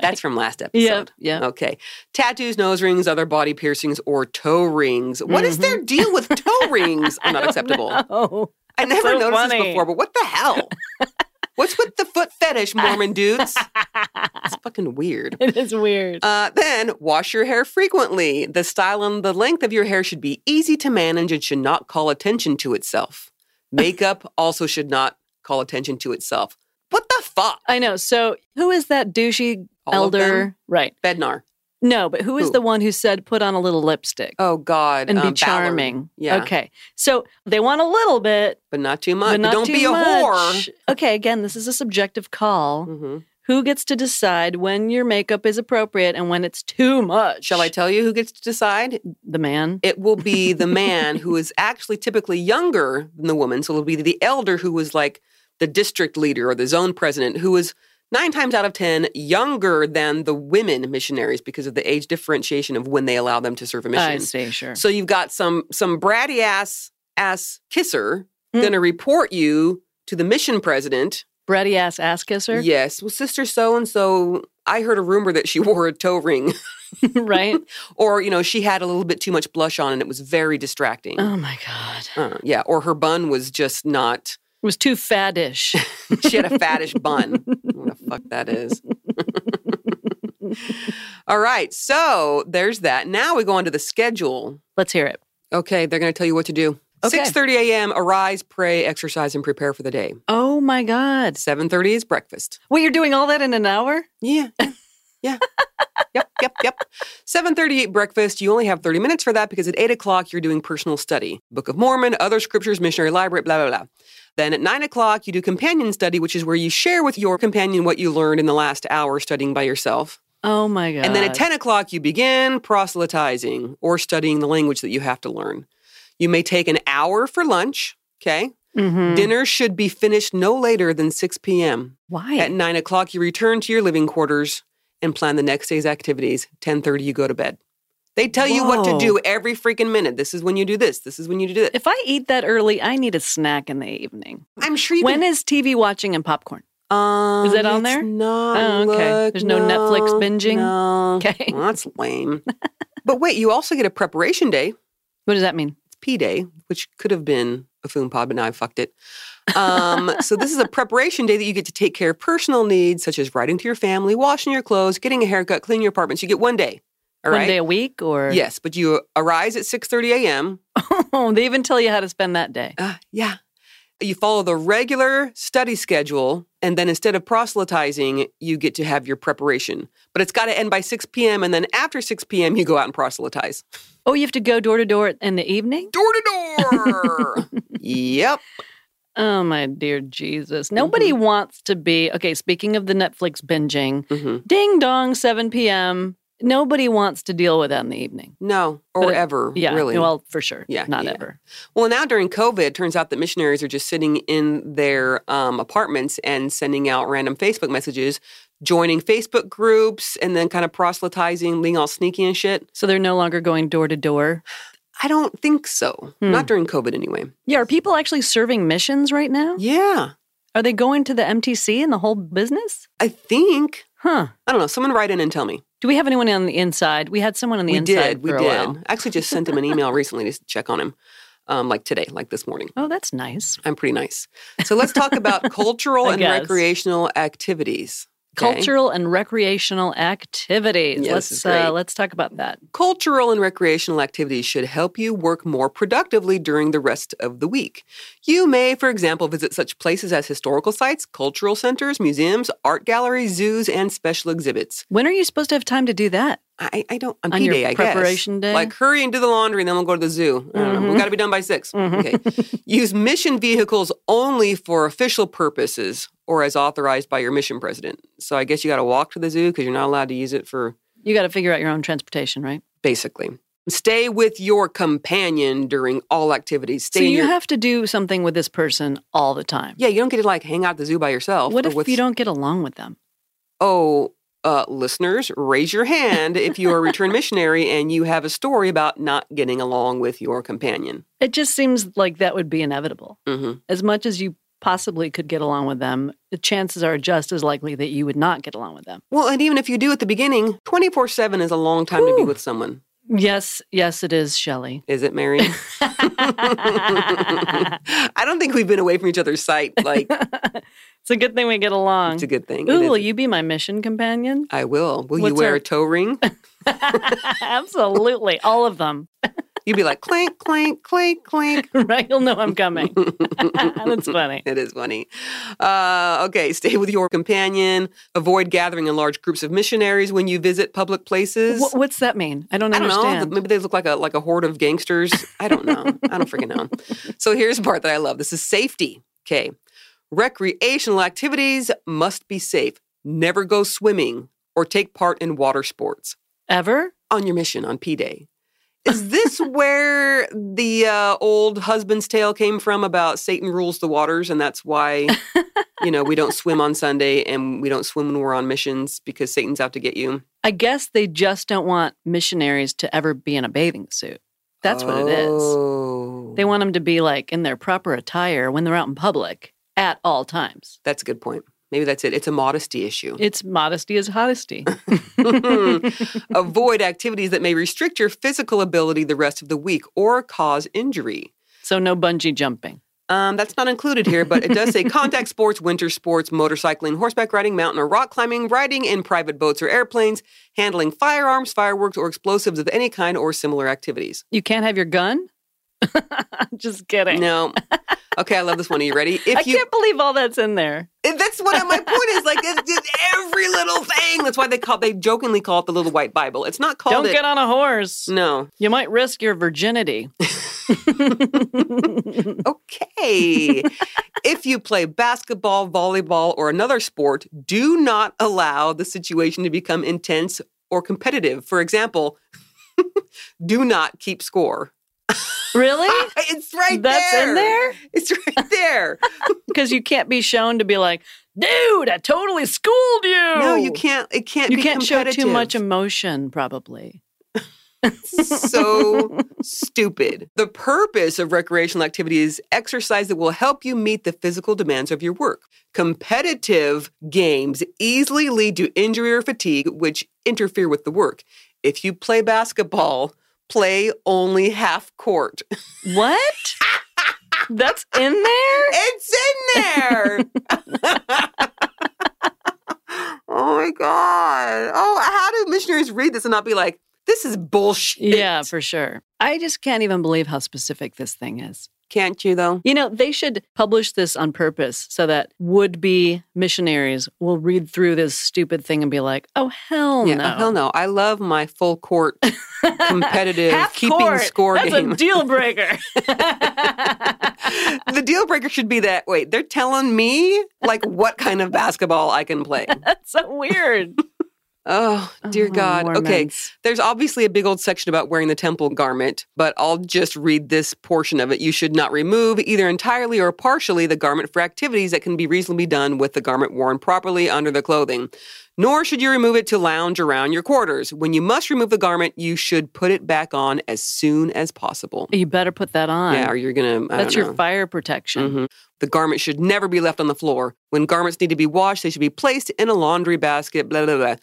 A: That's from last episode.
B: Yep. Yeah.
A: Okay. Tattoos, nose rings, other body
B: Mm-hmm. [laughs]
A: piercings, or toe rings. What is their deal with toe rings? Are not acceptable.
B: Oh.
A: I never
B: so
A: noticed
B: funny.
A: this before, but what the hell? What's with the foot fetish, Mormon dudes?
B: [laughs]
A: It's fucking weird.
B: it is weird.
A: Uh, then wash your hair frequently. The style and the length of your hair should be easy to manage and should not call attention to itself. Makeup also should not call attention to itself. What the fuck?
B: I know. So who is that douchey
A: All of them?
B: elder? Right.
A: Bednar.
B: No, but who is
A: Who?
B: the one who said put on a little lipstick
A: Oh God.
B: and be
A: um, Ballard.
B: charming?
A: Yeah.
B: Okay. So they want a little bit,
A: But not too much.
B: but not
A: Don't
B: too
A: be a
B: much.
A: whore.
B: Okay. Again, this is a subjective call.
A: hmm
B: Who gets to decide when your makeup is appropriate and when it's too much?
A: Shall I tell you who gets to decide?
B: the man.
A: It will be the man who is actually typically younger than the woman. So it'll be the elder who was like the district leader or the zone president who is nine times out of 10 younger than the women missionaries because of the age differentiation of when they allow them to serve a
B: I
A: mission.
B: see. Sure.
A: So you've got some some bratty ass ass kisser
B: Hmm.
A: going to report you to the mission president
B: Bratty ass ass kisser.
A: Yes. Well, sister so and so, I heard a rumor that she [laughs] wore a toe ring
B: [laughs]
A: [laughs]
B: right.
A: or, you know, she had a little bit too much blush on and it was very distracting.
B: Oh my god.
A: Uh, yeah. Or her bun was just not,
B: It was too
A: [laughs]
B: faddish.
A: she had a faddish bun. What the fuck that is. [laughs] All right. So there's that. Now we go on to the schedule.
B: Let's hear it.
A: Okay. They're going to tell you what to do.
B: Okay.
A: 6.30 a.m. arise pray exercise and prepare for the day
B: Oh my god.
A: 7.30 is breakfast
B: Wait, you're doing all that in an hour?
A: Yeah. yeah, Yeah. yep, yep, yep. 738 breakfast. You only have 30 minutes for that because at 8 o'clock you're doing personal study. Book of Mormon, other scriptures, missionary library, blah, blah, blah. Then at 9 o'clock you do companion study, which is where you share with your companion what you learned in the last hour studying by yourself.
B: Oh my god.
A: And then at 10 o'clock you begin proselytizing or studying the language that you have to learn. You may take an hour for lunch, okay?
B: Mhm.
A: Dinner should be finished no later than 6 p.m.
B: Why?
A: At nine o'clock, you return to your living quarters and plan the next day's activities. Ten thirty, you go to bed. They tell you what to
B: Whoa.
A: do every freaking minute. This is when you do this. This is when you do that.
B: if I eat that early, I need a snack in the evening.
A: I'm sure you
B: When
A: can.
B: is TV watching and [laughs] popcorn?
A: Um,
B: is it on
A: it's
B: there?
A: Not.
B: Oh, okay.
A: look,
B: There's no Netflix binging?
A: No.
B: [laughs] Okay.
A: Well, that's lame. but wait, you also get a preparation day.
B: What does that mean?
A: It's P Day, which could have been a foom pod, but now I fucked it. Um, so this is
B: [laughs]
A: a preparation day that you get to take care of personal needs such as writing to your family, washing your clothes, getting a haircut, cleaning your apartments. You get one day. All
B: One
A: right?
B: day a week or
A: Yes, but you arise at 6:30 a.m.
B: [laughs] Oh, they even tell you how to spend that day.
A: Uh, yeah. You follow the regular study schedule, and then instead of proselytizing, you get to have your preparation. But it's got to end by 6 p.m., and then after 6 p.m., you go out and proselytize.
B: Oh, you have to go door to door in the evening?
A: Door
B: [laughs]
A: to door! Yep.
B: Oh my dear Jesus. Nobody wants to be Okay, speaking of the Netflix binging,
A: hmm
B: ding dong 7 p.m. Nobody wants to deal with that in the evening.
A: No, or
B: But it-
A: ever,
B: Yeah.
A: really.
B: Well, for sure.
A: Yeah,
B: Not
A: yeah.
B: ever.
A: Well, now during COVID, it turns out that missionaries are just sitting in their um, apartments and sending out random Facebook messages, joining Facebook groups, and then kind of proselytizing, being all sneaky and shit.
B: So they're no longer going door to door.
A: I don't think so.
B: Hmm.
A: Not during COVID, anyway.
B: Yeah, are people actually serving missions right now?
A: Yeah,
B: Are they going to the MTC and the whole business?
A: I think.
B: Huh.
A: I don't know. Someone write in and tell me.
B: Do we have anyone on the inside? We had someone on the
A: we
B: inside
A: did. We
B: for a
A: did.
B: while.
A: I actually just sent him an email recently to check on him, um, like today, like this morning.
B: Oh, that's nice.
A: I'm pretty nice. So let's talk about cultural
B: [laughs] I
A: and
B: guess.
A: recreational activities. okay?
B: Cultural and recreational activities.
A: Yeah, this
B: let's
A: is great.
B: Uh, let's talk about that.
A: Cultural and recreational activities should help you work more productively during the rest of the week. You may, for example, visit such places as historical sites, cultural centers, museums, art galleries, zoos, and special exhibits.
B: When are you supposed to have time to do that?
A: I, I don't. On,
B: On
A: P
B: your
A: day, I guess.
B: preparation day? Mm-hmm.
A: Like hurry and do the laundry, and then we'll go to the zoo. I don't know. We got to be done by 6
B: [laughs]
A: Okay. Use mission vehicles only for official purposes or as authorized by your mission president. So I guess you got to walk to the zoo because you're not allowed to use it for
B: You got to figure out your own transportation, right?
A: basically. Stay with your companion during all activities. Stay
B: so
A: in
B: you
A: your
B: have to do something with this person all the time.
A: yeah. You don't get to like hang out at the zoo by yourself.
B: What
A: or
B: if
A: with-
B: you don't get along with them?
A: Oh, uh, listeners, raise your hand if you are a
B: [laughs]
A: returned missionary and you have a story about not getting along with your companion.
B: It just seems like that would be inevitable.
A: hmm
B: As much as you possibly could get along with them, the chances are just as likely that you would not get along with them.
A: Well, and even if you do at the beginning, 24 7 is a long time to be with someone.
B: Yes, yes, it is, [laughs] Shelley.
A: Is it, Mary? [laughs] I don't think we've been away from each other's
B: [laughs]
A: sight. Like,
B: It's a good thing we get along.
A: it's a good thing. It
B: Ooh,
A: is-
B: will you be my mission [laughs] companion?
A: I will. Will you
B: What's
A: wear
B: our-
A: a toe ring?
B: Absolutely. All of them. [laughs]
A: You'd be like, clink, clink, clink, clink.
B: Right? You'll know I'm coming.
A: [laughs]
B: That's funny.
A: It is funny. Uh, okay, stay with your companion. Avoid gathering in large groups of missionaries when you visit public places.
B: Wh- what's that mean? I don't
A: I don't
B: understand.
A: know. Maybe they look like a like a horde of gangsters. I don't know. I don't freaking know. So here's the part that I love. This is safety. Okay. Recreational activities must be safe. Never go swimming or take part in water sports
B: Ever?
A: on your mission on P Day. Is
B: [laughs]
A: this where the uh, old husband's tale came from about Satan rules the waters, and that's why you know we don't
B: [laughs]
A: swim on Sunday and we don't swim when we're on missions because Satan's out to get you?
B: I guess they just don't want missionaries to ever be in a bathing suit. That's what it is.
A: Oh.
B: They want them to be like in their proper attire when they're out in public at all times.
A: That's a good point. Maybe that's it. It's a modesty
B: [laughs]
A: issue. [laughs]
B: It's modesty is hottesty.
A: Avoid activities that may restrict your physical ability the rest of the week or cause injury.
B: so no bungee jumping.
A: Um, that's not included here, but it does
B: [laughs]
A: say contact sports, winter sports, motorcycling, horseback riding, mountain or rock climbing, riding in private boats or airplanes, handling firearms, fireworks, or explosives of any kind or similar activities.
B: You can't have your gun? [laughs] just kidding.
A: No. Okay, I love this one. Are you ready?
B: [laughs] I
A: If you
B: can't believe all that's in there.
A: And that's what my point is. Like it's just every little thing. That's why they call they jokingly call it the little white Bible. It's not called
B: Don't
A: it.
B: get on a horse.
A: no.
B: You might risk
A: [laughs]
B: your virginity.
A: Okay.
B: [laughs]
A: if you play basketball, volleyball, or another sport, do not allow the situation to become intense or competitive. For example, [laughs] do not keep score.
B: [laughs] Really?
A: It's right
B: That's
A: there.
B: in there?
A: It's right there.
B: Because you can't be shown to be like, dude, I totally schooled you.
A: no, you can't. It can't.
B: You
A: be
B: can't show too
A: competitive.
B: much emotion, probably.
A: so stupid. The purpose of recreational activity is exercise that will help you meet the physical demands of your work. Competitive games easily lead to injury or fatigue, which interfere with the work. If you play basketball, play only half court.
B: What?
A: [laughs]
B: That's in there?
A: It's in there. oh my God. Oh, how do missionaries read this and not be like, this is bullshit?
B: Yeah, for sure. I just can't even believe how specific this thing is.
A: Can't you, though?
B: You know, they should publish this on purpose so that would be missionaries will read through this stupid thing and be like, oh, hell
A: yeah,
B: no.
A: oh, hell no. I love my full court competitive
B: Half
A: keeping
B: court.
A: score
B: That's
A: game. [laughs]
B: a deal breaker. [laughs]
A: the deal breaker should be that wait, they're telling me like what kind of basketball I can play.
B: That's so weird.
A: [laughs] Oh, dear
B: Oh,
A: God. Okay.
B: Mormons.
A: There's obviously a big old section about wearing the temple garment, but I'll just read this portion of it. You should not remove, either entirely or partially, the garment for activities that can be reasonably done with the garment worn properly under the clothing. Nor should you remove it to lounge around your quarters. When you must remove the garment, you should put it back on as soon as possible.
B: You better put that on.
A: Yeah, or you're gonna. I
B: That's
A: don't
B: your
A: know.
B: fire protection.
A: Mhm. The garment should never be left on the floor. When garments need to be washed, they should be placed in a laundry basket. Blah blah blah.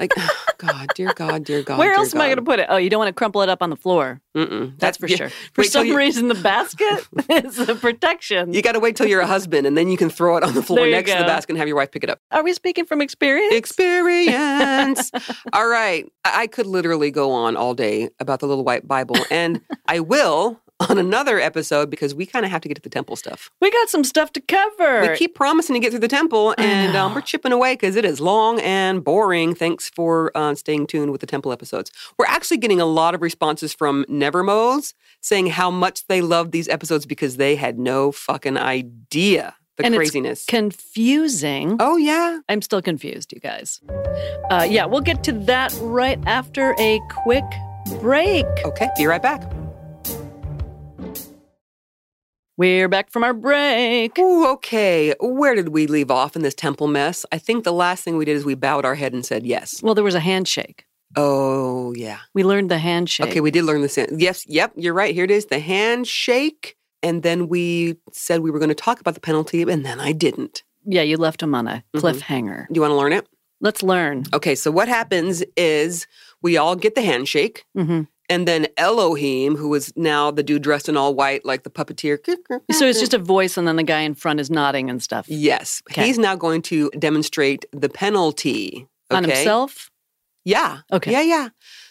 A: Like, [sighs] oh, God, dear God, dear God.
B: Where
A: dear
B: else am I
A: God.
B: going to put it? Oh, you don't want to crumple it up on the floor.
A: Mm-mm.
B: That's
A: That-
B: for
A: yeah.
B: sure. For
A: Wait till
B: some
A: you-
B: reason, the basket [laughs] is the protection.
A: [laughs] You got to wait till you're a husband, and then you can throw it on the floor
B: There you
A: next to the
B: go.
A: basket and have your wife pick it up.
B: Are we speaking from experience? [laughs]
A: Experience. all right, I-, I could literally go on all day about the little white Bible, and I will on another episode because we kind of have to get to the temple stuff.
B: we got some stuff to cover.
A: We keep promising to get through the temple, and um, we're chipping away because it is long and boring. Thanks for uh, staying tuned with the temple episodes. We're actually getting a lot of responses from Nevermoes saying how much they love these episodes because they had no fucking idea the
B: And it's
A: craziness.
B: confusing.
A: oh yeah,
B: I'm still confused, you guys. Uh, yeah, we'll get to that right after a quick break.
A: okay. Be right back.
B: We're back from our break.
A: Ooh, okay. Where did we leave off in this temple mess? I think the last thing we did is we bowed our head and said yes.
B: Well, there was a handshake.
A: Oh yeah.
B: We learned the handshake.
A: Okay, we did learn this. Yes, yep, you're right. Here it is the handshake. And then we said we were going to talk about the penalty, and then I didn't.
B: yeah, you left him on a
A: Mhm.
B: cliffhanger.
A: You want to learn it?
B: Let's learn.
A: Okay, so what happens is we all get the handshake,
B: hmm
A: And then Elohim, who is now the dude dressed in all white, like the puppeteer.
B: So it's just a voice, and then the guy in front is nodding and stuff
A: Yes.
B: Okay.
A: He's now going to demonstrate the penalty.
B: on
A: okay?
B: himself.
A: Yeah.
B: Okay.
A: Yeah, yeah.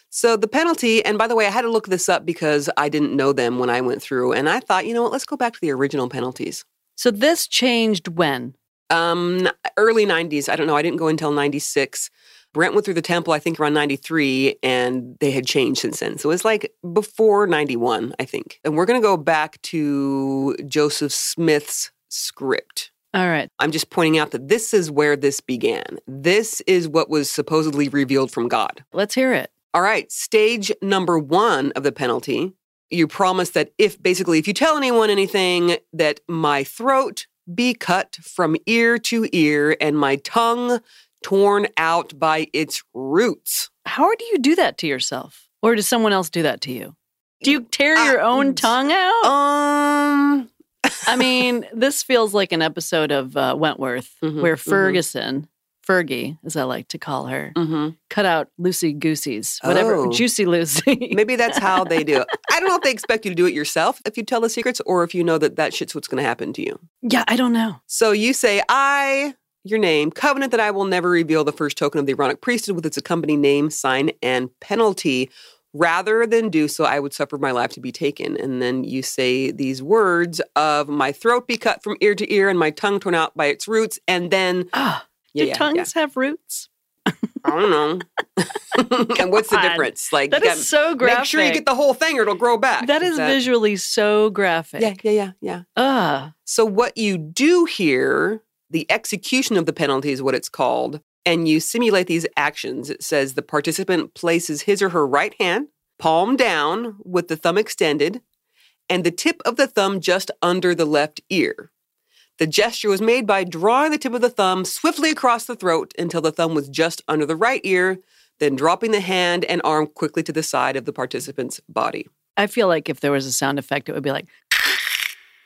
A: So the penalty, and by the way, I had to look this up because I didn't know them when I went through. And I thought, you know what, let's go back to the original penalties.
B: So this changed when?
A: Um, early 90s. I don't know. I didn't go until 96. Brent went through the temple, I think, around 93, and they had changed since then. So it's like before 91, I think. And we're going to go back to Joseph Smith's script.
B: All right.
A: I'm just pointing out that this is where this began. This is what was supposedly revealed from God.
B: Let's hear it.
A: All right, stage number one of the penalty. You promise that if basically, if you tell anyone anything, that my throat be cut from ear to ear and my tongue torn out by its roots.
B: How do you do that to yourself? Or does someone else do that to you? Do you tear your
A: Uh,
B: own tongue out?
A: Um,
B: I mean, this feels like an episode of uh, Wentworth
A: Mhm,
B: where
A: mhm.
B: Ferguson, Fergie, as I like to call her, [laughs]
A: mhm.
B: cut out Lucy Goosey's, whatever,
A: Oh. [laughs]
B: Juicy Lucy.
A: maybe that's how they do it. I don't know if they expect you to do it yourself if you tell the secrets or if you know that that shit's what's going to happen to you.
B: [laughs] yeah, I don't know.
A: So you say, I, your name, covenant that I will never reveal the first token of the Aaronic priesthood with its accompanying name, sign, and penalty. Rather than do so, I would suffer my life to be taken. And then you say these words of my throat be cut from ear to ear and my tongue torn out by its roots. And then,
B: Ah,
A: yeah,
B: do
A: yeah,
B: tongues have roots?
A: yeah. I don't
B: [laughs]
A: know. and what's the
B: God.
A: difference? Like,
B: That
A: you
B: is so
A: gotta
B: graphic.
A: make sure you get the whole thing or it'll grow back.
B: that is visually so graphic. Ah,
A: Yeah, yeah, yeah, yeah.
B: Ugh.
A: So, what you do here, the execution of the penalty is what it's called, and you simulate these actions. It says the participant places his or her right hand, palm down, with the thumb extended, and the tip of the thumb just under the left ear. The gesture was made by drawing the tip of the thumb swiftly across the throat until the thumb was just under the right ear, then dropping the hand and arm quickly to the side of the participant's body.
B: I feel like if there was a sound effect, it would be like,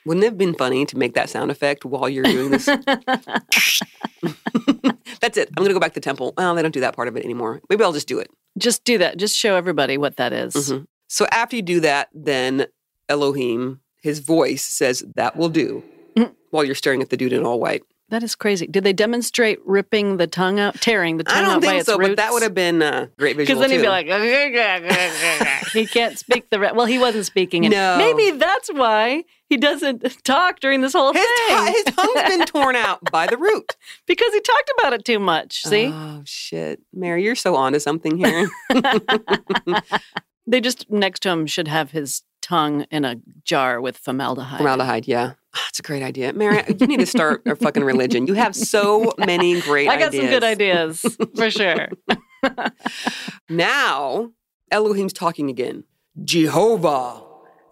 A: Wouldn't it have been funny to make that sound effect while you're doing
B: [laughs]
A: this? [laughs] That's it. I'm going to go back to the temple. Well, they don't do that part of it anymore. Maybe I'll just do it.
B: just do that. Just show everybody what that is.
A: Mhm. So after you do that, then Elohim, his voice says, That will
B: [laughs]
A: do,
B: Mm.
A: while you're staring at the dude in all white.
B: That is crazy. Did they demonstrate ripping the tongue out, tearing the tongue
A: I don't
B: out by
A: think
B: its
A: so,
B: roots?
A: but that would have been uh, great
B: because
A: visual.
B: then he'd be
A: too.
B: like, [laughs] he can't speak the re- well. He wasn't speaking, and
A: No.
B: maybe that's why he doesn't talk during this whole
A: his,
B: thing
A: tongue- his tongue's been torn out by the root.
B: because he talked about it too much. [laughs] See,
A: Oh, shit. Mary, you're so onto something here.
B: they just next to him should have his tongue in a jar with formaldehyde.
A: Formaldehyde, yeah. Ah, That's a great idea. Mary, you need to start a fucking religion. You have
B: [laughs]
A: so many great
B: I got
A: ideas.
B: some good ideas for [laughs] sure.
A: Now, Elohim's talking again. Jehovah,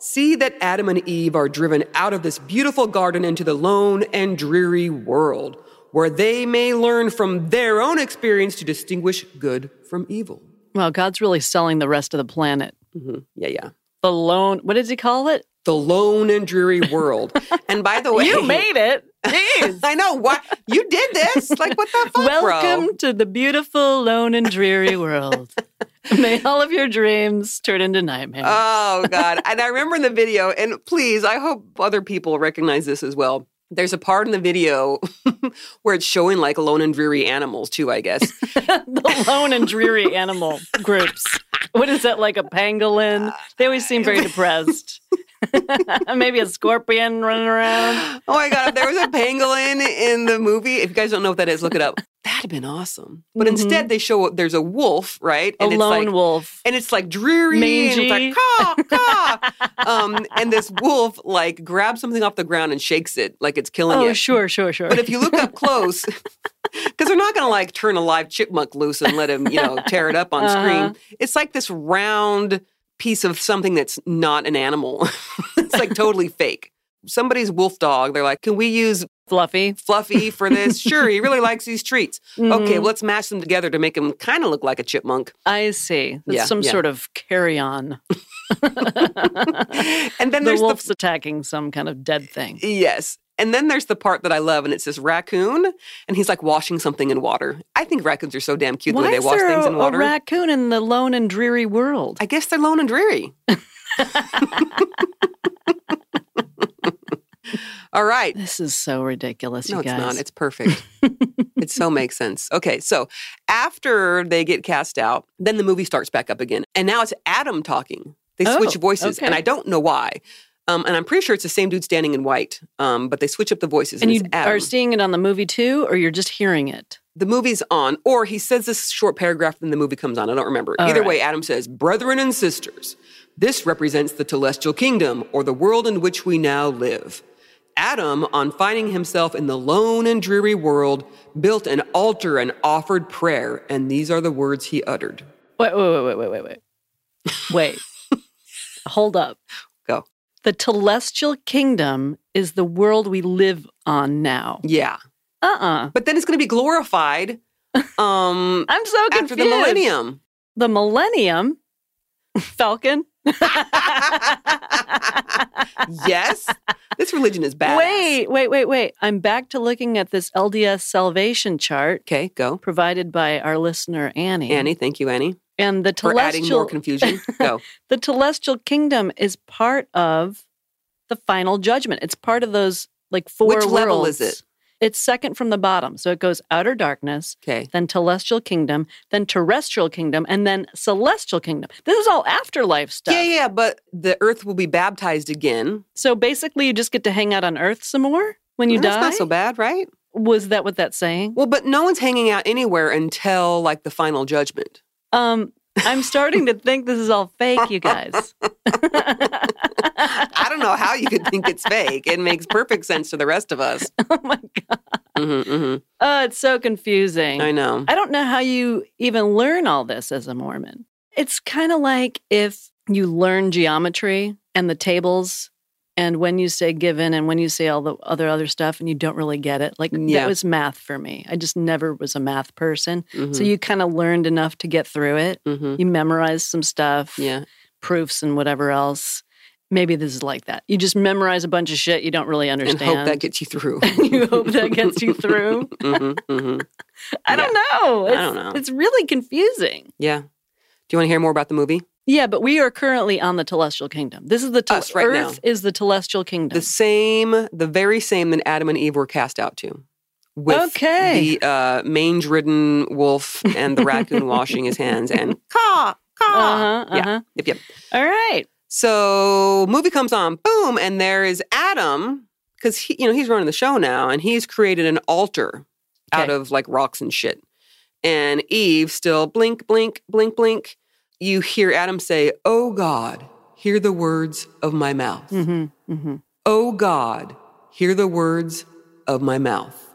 A: see that Adam and Eve are driven out of this beautiful garden into the lone and dreary world, where they may learn from their own experience to distinguish good from evil.
B: Well, God's really selling the rest of the planet.
A: Mhm. Yeah, yeah.
B: The lone, what did he call it?
A: The lone and dreary
B: [laughs]
A: world. and by the way,
B: You made it. [laughs] Jeez.
A: [laughs] I know what you did this. Like what the fuck, bro?
B: Welcome to the beautiful, lone, and dreary [laughs] world. May all of your dreams turn into nightmares.
A: Oh God. and I remember in the video, and please, I hope other people recognize this as well. There's a part in the video [laughs] where it's showing like lone and dreary animals too, I
B: [laughs]
A: guess.
B: the lone and dreary animal groups. What is that, like a pangolin? They always seem very depressed. [laughs] Maybe a scorpion running around.
A: oh my God, if there was a pangolin in the movie, if you guys don't know what that is, look it up. That'd have been awesome. But
B: Mhm.
A: instead they show there's a wolf, right?
B: A lone
A: like
B: wolf.
A: and it's like dreary and it's like
B: Mangy.
A: caw, caw.
B: [laughs]
A: um, and this wolf like grabs something off the ground and shakes it like it's killing
B: Oh,
A: it.
B: sure, sure, sure.
A: But if you look up close, [laughs] because they're not going to like turn a live chipmunk loose and let him, you know, tear it up on
B: Uh-huh.
A: screen. It's like this round piece of something that's not an animal. [laughs] it's like totally fake. Somebody's wolf dog, they're like, can we use
B: Fluffy.
A: Fluffy for this? sure, he really likes these treats. Okay,
B: Mm,
A: well, let's mash them together to make him kind of look like a
B: [laughs]
A: chipmunk.
B: I see. That's
A: Yeah,
B: some
A: yeah.
B: sort of carry on.
A: and then
B: the
A: there's
B: wolf's
A: the.
B: attacking some kind of dead thing.
A: Yes. And then there's the part that I love, and it's this raccoon, and he's like washing something in water. I think raccoons are so damn cute the
B: Why
A: way they
B: is
A: wash
B: there
A: things
B: a,
A: in water.
B: a raccoon in the lone and dreary world?
A: I guess they're lone and
B: [laughs]
A: dreary. All right.
B: this is so ridiculous,
A: No,
B: you
A: it's
B: guys.
A: not. It's
B: [laughs]
A: perfect. it so makes sense. Okay, so after they get cast out, then the movie starts back up again. And now it's Adam talking. They
B: Oh,
A: switch voices, and
B: okay.
A: I don't know why. Um, and I'm pretty sure it's the same dude standing in white, um, but they switch up the voices.
B: and
A: And,
B: you
A: it's Adam.
B: are seeing it on the movie too, or you're just hearing it?
A: the movie's on, or he says this short paragraph, and the movie comes on. I don't remember. Either
B: right.
A: way, Adam says, Brethren and sisters, this represents the celestial kingdom or the world in which we now live. Adam, on finding himself in the lone and dreary world, built an altar and offered prayer, and these are the words he uttered.
B: Wait, wait, wait, wait, wait, wait, wait.
A: [laughs]
B: Wait. Hold up.
A: Go.
B: The telestial kingdom is the world we live on now.
A: Yeah.
B: Uh uh
A: But then it's going to be
B: [laughs]
A: glorified um,
B: I'm so confused.
A: after the millennium.
B: The millennium?
A: [laughs]
B: Falcon? [laughs]
A: Yes. this religion is bad.
B: Wait, wait, wait, wait. I'm back to looking at this LDS salvation chart
A: Okay, go.
B: provided by our listener, Annie.
A: Annie, thank you, Annie.
B: And the
A: For adding more
B: telestial,
A: confusion.
B: [laughs]
A: Go.
B: the telestial kingdom is part of the final judgment. It's part of those like four
A: Which level
B: worlds.
A: is it?
B: It's second from the bottom. So it goes outer darkness,
A: Okay.
B: then telestial kingdom, then terrestrial kingdom, and then celestial kingdom. This is all afterlife stuff.
A: Yeah, yeah, but the earth will be baptized again.
B: So basically, you just get to hang out on Earth some more when you
A: That's
B: die.
A: not so bad, right?
B: Was that what that's saying?
A: Well, but no one's hanging out anywhere until like the final judgment.
B: Um, I'm starting to think this is all fake,
A: [laughs]
B: you guys.
A: I don't know how you could think it's fake. It makes perfect sense to the rest of us.
B: [laughs] oh my god,
A: hmm hmm
B: oh, it's so confusing.
A: I know.
B: I don't know how you even learn all this as a Mormon. It's kind of like if you learn geometry and the tables and when you say given and when you say all the other other stuff and you don't really get it. Like
A: Yeah.
B: that was math for me. I just never was a math person.
A: hmm
B: So you kind of learned enough to get through it.
A: hmm
B: You memorized some stuff,
A: Yeah.
B: proofs and whatever else. Maybe this is like that. You just memorize a bunch of shit you don't really
A: And
B: understand. [laughs]
A: hope that gets you through.
B: you hope that
A: [laughs]
B: gets you through.
A: hmm hmm
B: I don't know.
A: I
B: It's,
A: don't know.
B: It's really confusing.
A: Yeah. Do you want to hear more about the movie?
B: Yeah, but we are currently on the telestial kingdom. This is the tel-
A: Us right now.
B: Earth is the telestial kingdom.
A: The same, the very same that Adam and Eve were cast out to. With
B: Okay.
A: the uh, mange ridden wolf and the raccoon washing his hands and caw, caw.
B: uh-huh,
A: Ah, Yeah.
B: uh-huh.
A: Yep, yep.
B: All right.
A: So movie comes on, boom, and there is Adam because he, you know, he's running the show now, and he's created an altar out
B: Okay.
A: of like rocks and shit. And Eve still blink, blink, blink, blink. You hear Adam say, "Oh God, hear the words of my mouth.
B: Mm-hmm, mm-hmm.
A: Oh God, hear the words of my mouth.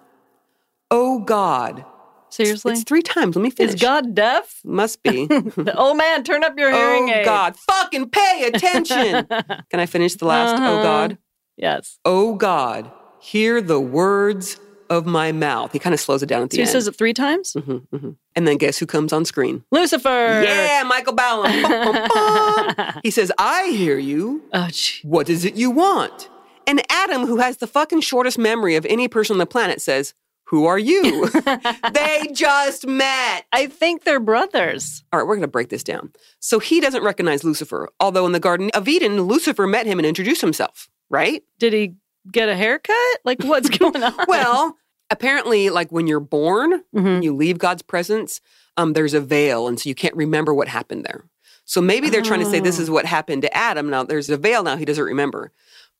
A: Oh God."
B: Seriously?
A: It's three times. Let me finish.
B: Is
A: [laughs]
B: God deaf?
A: Must
B: [laughs]
A: be.
B: The old man, turn up your hearing
A: oh
B: aid.
A: God, fucking pay
B: [laughs]
A: attention. Can I finish the last?
B: Uh-huh.
A: Oh God.
B: Yes.
A: Oh God, hear the words of my mouth. He kind of slows it down at the
B: So he
A: end.
B: says it three times?
A: Mhm, mhm. And then guess who comes on screen?
B: Lucifer.
A: Yeah, Michael Ballum. Bum, bum,
B: [laughs]
A: bum. He says, I hear you.
B: Oh, gee.
A: What is it you want? And Adam, who has the fucking shortest memory of any person on the planet, says, Who are
B: [laughs]
A: you? [laughs] they just met.
B: I think they're brothers.
A: All right, we're going to break this down. So he doesn't recognize Lucifer, although in the Garden of Eden, Lucifer met him and introduced himself, right?
B: Did he get a haircut? Like, [laughs] what's going on?
A: Well, apparently, like when you're born,
B: Mhm.
A: when you leave God's presence, um, there's a veil, and so you can't remember what happened there. So maybe they're trying to say this
B: Oh.
A: is what happened to Adam. Now there's a veil. Now he doesn't remember.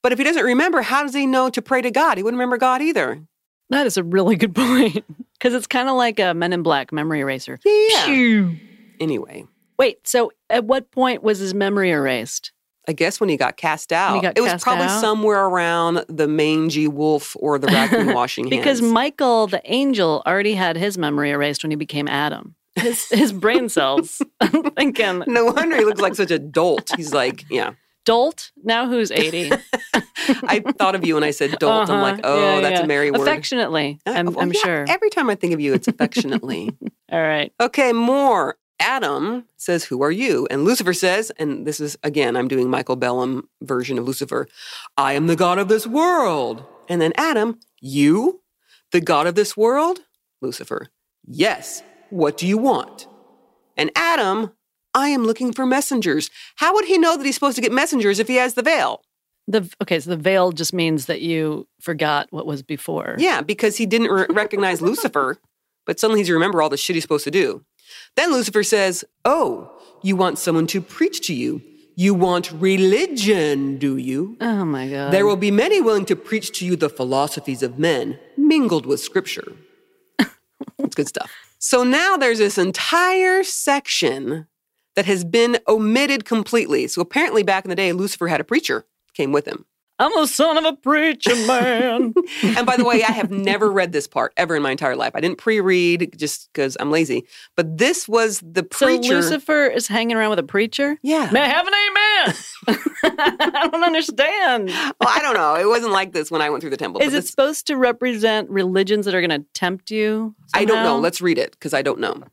A: But if he doesn't remember, how does he know to pray to God? He wouldn't remember God either.
B: That is a really good point [laughs] because it's kind of like a Men in Black memory eraser.
A: Yeah.
B: Pew.
A: Anyway,
B: Wait, so at what point was his memory erased?
A: I guess when he got cast out,
B: got
A: it was
B: cast
A: probably
B: out?
A: somewhere around the mangy wolf or the
B: [laughs]
A: raccoon washing
B: Because
A: hands.
B: Michael, the angel, already had his memory erased when he became Adam. His, his
A: [laughs]
B: brain cells. [laughs] um, I'm thinking,
A: no wonder he looks like such a dolt. He's like, yeah.
B: dolt, now
A: [laughs]
B: who's 80?
A: I thought of you when I said dolt. I'm like,
B: Uh-huh.
A: oh,
B: Yeah,
A: that's
B: yeah.
A: a merry word.
B: Affectionately,
A: Uh,
B: I'm,
A: well,
B: I'm
A: yeah,
B: sure.
A: Every time I think of you, it's affectionately.
B: All right.
A: okay, more. Adam says, Who are you? And Lucifer says, and this is again, I'm doing Michael Bellum version of Lucifer, I am the God of this world. And then Adam, you, the God of this world? Lucifer, yes. What do you want? And Adam, I am looking for messengers. How would he know that he's supposed to get messengers if he has the veil?
B: The okay, so the veil just means that you forgot what was before.
A: Yeah, because he didn't re- recognize Lucifer, but suddenly he's remember all the shit he's supposed to do. Then Lucifer says, "Oh, you want someone to preach to you? You want religion, do you?
B: Oh my god.
A: There will be many willing to preach to you the philosophies of men mingled with scripture." It's good stuff. So now there's this entire section that has been omitted completely. So apparently back in the day Lucifer had a preacher came with him.
B: I'm the son of a
A: [laughs]
B: preacher man.
A: And by the way, I have never read this part ever in my entire life. I didn't pre-read just because I'm lazy. But this was the
B: so
A: preacher.
B: Lucifer is hanging around with a preacher?
A: yeah.
B: May I have an amen? [laughs] I don't understand.
A: Well, I don't know. It wasn't like this when I went through the temple.
B: Is
A: but
B: it
A: this-
B: supposed to represent religions that are going to tempt you?
A: I don't know.
B: somehow?
A: Let's read it because I don't know.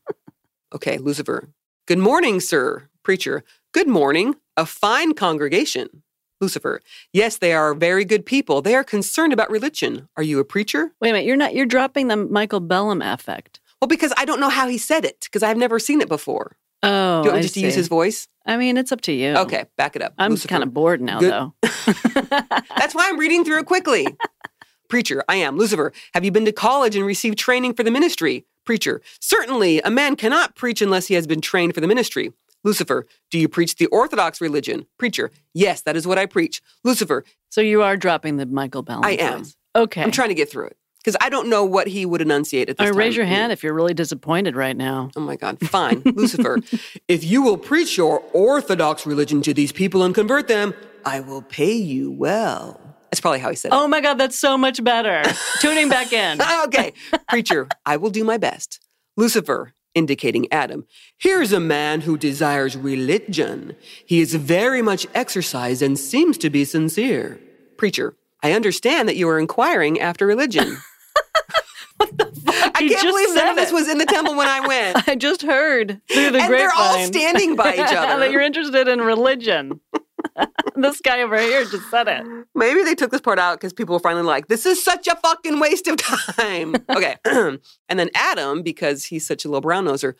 A: Okay, Lucifer. Good morning, sir. Preacher. Good morning. A fine congregation. Lucifer. Yes, they are very good people. They are concerned about religion. Are you a preacher?
B: Wait a minute. You're not. You're dropping the Michael Bellum affect.
A: Well, because I don't know how he said it because I've never seen it before.
B: Oh,
A: Do you want
B: I
A: me just to use
B: see.
A: his voice?
B: I mean, it's up to you.
A: Okay, back it up.
B: I'm
A: Lucifer.
B: kind of bored now,
A: Good-
B: though.
A: That's why I'm reading through it quickly. Preacher, I am. Lucifer, have you been to college and received training for the ministry? Preacher, certainly, a man cannot preach unless he has been trained for the ministry. Lucifer, do you preach the Orthodox religion? Preacher, yes, that is what I preach. Lucifer,
B: So you are dropping the Michael Bellum.
A: I am.
B: voice. Okay.
A: I'm trying to get through it because I don't know what he would enunciate at this
B: All right,
A: time.
B: raise your hand if you're really disappointed
A: [laughs]
B: right now.
A: Oh my God. Fine.
B: [laughs]
A: Lucifer, if you will preach your Orthodox religion to these people and convert them, I will pay you well. That's probably how he said it.
B: Oh my God, that's so
A: [laughs]
B: much better. Tuning back in.
A: okay. Preacher, I will do my best. Lucifer, indicating Adam, here's a man who desires religion. He is very much exercised and seems to be sincere. Preacher, I understand that you are inquiring after religion.
B: [laughs]
A: I can't
B: You just
A: believe none
B: said
A: of this
B: it.
A: was in the temple when I
B: [laughs]
A: went.
B: I just heard through the
A: and they're all
B: grapevine
A: standing by each
B: [laughs] that you're
A: other.
B: interested in religion. [laughs] this guy over here just said it.
A: Maybe they took this part out because people were finally like, this is such a fucking waste of time. Okay. [clears throat] and then Adam, because he's such a little brown noser,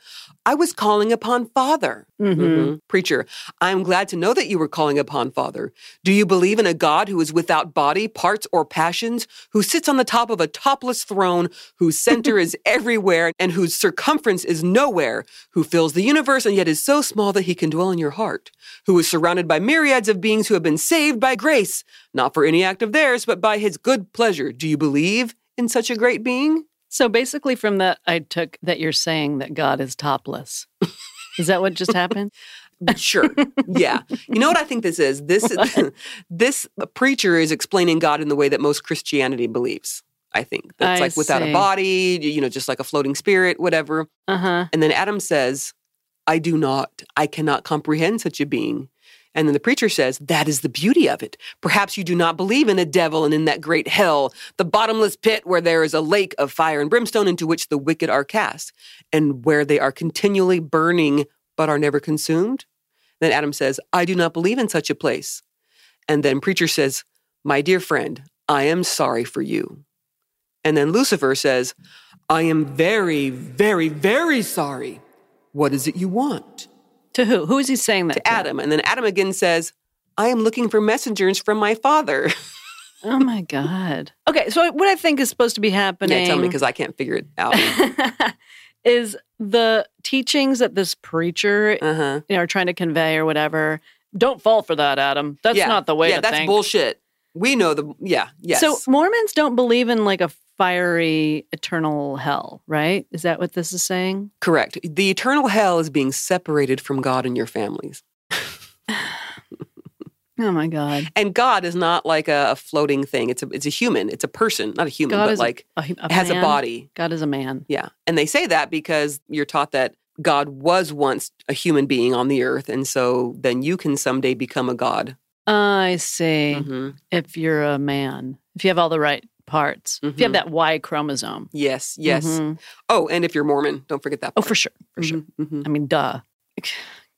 A: I was calling upon Father.
B: Mhm.
A: Mhm. Preacher, I am glad to know that you were calling upon Father. Do you believe in a God who is without body, parts, or passions, who sits on the top of a topless throne, whose center
B: [laughs]
A: is everywhere and whose circumference is nowhere, who fills the universe and yet is so small that he can dwell in your heart, who is surrounded by myriads of beings who have been saved by grace, not for any act of theirs, but by his good pleasure? Do you believe in such a great being?
B: So basically, from that, I took that you're saying that God is topless. Is that what just happened?
A: Sure. Yeah. You know what I think this is?
B: [laughs]
A: This [laughs] this preacher is explaining God in the way that most Christianity believes. I think that's
B: I
A: like without
B: see.
A: a body, you know, just like a floating spirit, whatever.
B: Uh huh.
A: And then Adam says, "I do not, I cannot comprehend such a being." And then the preacher says, "That is the beauty of it. Perhaps you do not believe in a devil and in that great hell, the bottomless pit where there is a lake of fire and brimstone into which the wicked are cast, and where they are continually burning but are never consumed." Then Adam says, I do not believe in such a place. And then Preacher says, My dear friend, I am sorry for you. And then Lucifer says, I am very, very, very sorry. What is it you want?
B: To who? Who is he saying that to?
A: Adam. And then Adam again says, I am looking for messengers from my father. [laughs]
B: Oh my God. Okay, so what I think is supposed to be happening
A: yeah, tell me because I can't figure it
B: [laughs]
A: out.
B: is the teachings that this preacher
A: Uh huh.
B: you know, are trying to convey or whatever. Don't fall for that, Adam. That's
A: yeah.
B: not the way
A: Yeah,
B: to
A: that's
B: think.
A: bullshit. We know the, yeah, yes.
B: So Mormons don't believe in like a fiery eternal hell, right? Is that what this is saying?
A: Correct. The eternal hell is being separated from God and your families.
B: Oh my God.
A: And God is not like a, a floating thing. It's a it's a human. It's a person, not a human,
B: God
A: but
B: is a-
A: like
B: A, hu- a
A: has a
B: man?
A: body.
B: God is a man.
A: Yeah. And they say that because you're taught that God was once a human being on the earth, and so then you can someday become a god.
B: I see.
A: Mhm.
B: If you're a man, if you have all the right parts, if you have
A: Mhm.
B: that Y chromosome.
A: Yes. Yes.
B: Mhm.
A: Oh, and if you're Mormon, don't forget that.
B: Oh, for sure. For sure.
A: hmm
B: I mean, duh. [sighs]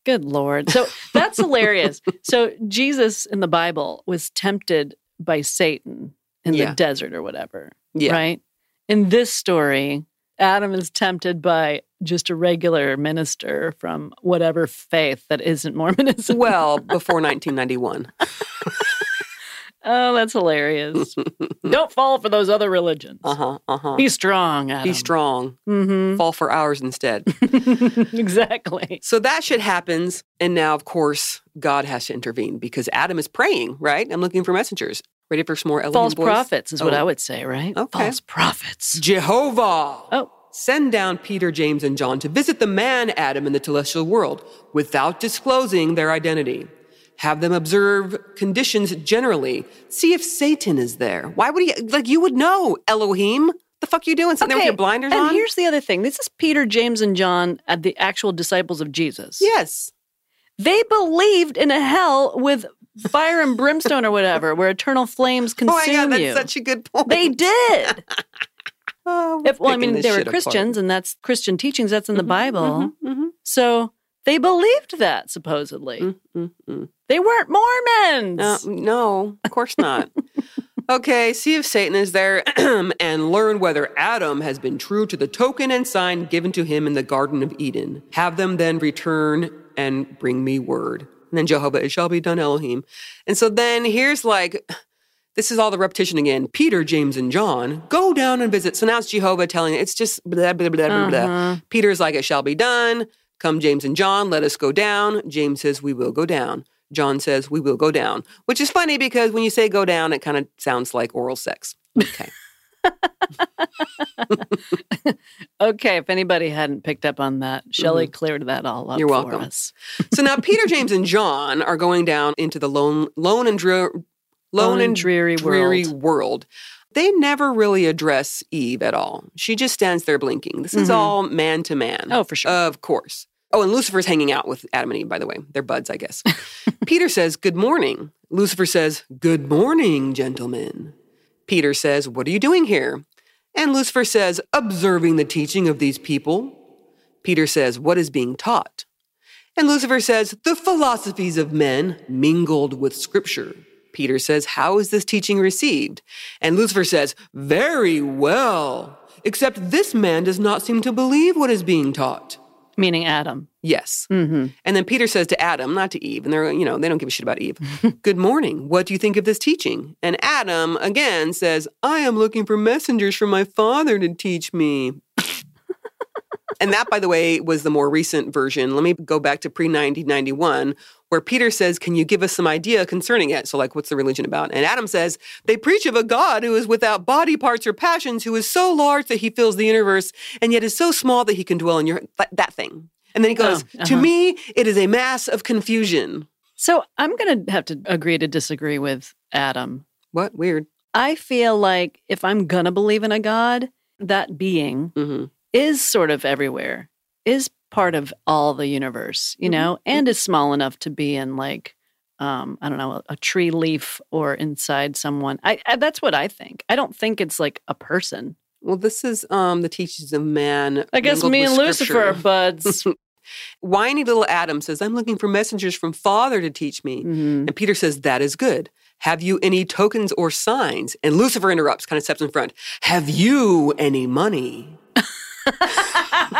B: Good Lord. So
A: [laughs]
B: that's hilarious. So Jesus in the Bible was tempted by Satan in
A: Yeah.
B: the desert or whatever.
A: Yeah.
B: Right? In this story, Adam is tempted by just a regular minister from whatever faith that
A: [laughs]
B: isn't Mormonism.
A: Well, before 1991.
B: [laughs] oh,
A: [laughs]
B: that's hilarious. Don't fall for those other religions.
A: Uh huh. Uh huh.
B: Be strong, Adam.
A: Be strong.
B: [laughs]
A: [laughs]
B: hmm
A: Fall for ours
B: [laughs]
A: instead.
B: exactly.
A: so that shit happens. And now, of course, God has to intervene because Adam is praying, right? I'm looking for messengers. Ready for some more Elohim
B: False
A: voice?
B: prophets is what
A: Oh.
B: I would say, right?
A: Okay.
B: False prophets.
A: Jehovah.
B: Oh,
A: Send down Peter, James, and John to visit the man Adam in the celestial world without disclosing their identity. Have them observe conditions generally. See if Satan is there. Why would he? Like, you would know, Elohim. The fuck you doing sitting there with your blinders
B: and
A: on?
B: here's the other thing. This is Peter, James, and John, uh, the actual disciples of Jesus.
A: yes.
B: They believed in a hell with fire and brimstone or whatever, where eternal flames consume
A: Oh my God, that's
B: you.
A: such a good point.
B: they did.
A: Oh, [laughs] we're
B: If- well, I
A: picking
B: mean,
A: this
B: they were
A: shit apart.
B: Christians, and that's Christian teachings. That's in the Bible.
A: Mhm, mhm,
B: So they believed that, supposedly.
A: mhm, mhm, mhm.
B: They weren't Mormons.
A: No, Uh, no, of course not. [laughs] okay, see if Satan is there [clears throat] and learn whether Adam has been true to the token and sign given to him in the Garden of Eden. Have them then return and bring me word. And then Jehovah, it shall be done, Elohim. And so then here's like, this is all the repetition again. Peter, James, and John go down and visit. So now it's Jehovah telling it's just blah, blah, blah, blah, blah. Peter's like, it shall be done. Come, James and John, let us go down. James says, we will go down. John says, we will go down, which is funny because when you say go down, it kind of sounds like oral sex. Okay.
B: Okay, if anybody hadn't picked up on that, Shelley cleared that all
A: Mm-hmm.
B: up
A: You're
B: for
A: welcome.
B: us.
A: so now Peter, James, and John are going down into the lone, lone and dre- lone,
B: Lone and dreary
A: dreary
B: world.
A: world. They never really address Eve at all. She just stands there blinking. This is
B: Mhm.
A: all man to man.
B: Oh, for sure.
A: Of course. Oh, and Lucifer's hanging out with Adam and Eve, by the way. They're buds, I
B: [laughs]
A: guess. Peter says, Good morning. Lucifer says, Good morning, gentlemen. Peter says, What are you doing here? And Lucifer says, Observing the teaching of these people. Peter says, What is being taught? And Lucifer says, The philosophies of men mingled with scripture. Peter says, How is this teaching received? And Lucifer says, Very well, except this man does not seem to believe what is being taught.
B: Meaning Adam.
A: Yes. And then Peter says to Adam, not to Eve, and they're, you know, they don't give a shit about Eve. Good morning. What do you think of this teaching? And Adam again says, I am looking for messengers from my father to teach me. and that, by the way, was the more recent version. Let me go back to pre 1991, where Peter says, Can you give us some idea concerning it? So, like, what's the religion about? And Adam says, They preach of a God who is without body parts or passions, who is so large that he fills the universe, and yet is so small that he can dwell in your th- that thing. And then he goes,
B: Oh, uh-huh.
A: To me, it is a mass of confusion.
B: So I'm going to have to agree to disagree with Adam.
A: What? Weird.
B: I feel like if I'm going to believe in a God, that being
A: hmm
B: is sort of everywhere, is part of all the universe,
A: Mm-hmm.
B: you know, and is small enough to be in like, um, I don't know, a, a tree leaf or inside someone. I, I that's what I think. I don't think it's like a person.
A: Well, this is um, the teachings of man.
B: I guess
A: mingled
B: me
A: with
B: and Lucifer are
A: scripture. [laughs]
B: buds.
A: Whiny little Adam says, I'm looking for messengers from Father to teach me.
B: Mhm.
A: And Peter says, That is good. Have you any tokens or signs? And Lucifer interrupts, kind of steps in front. Have you any money? [laughs]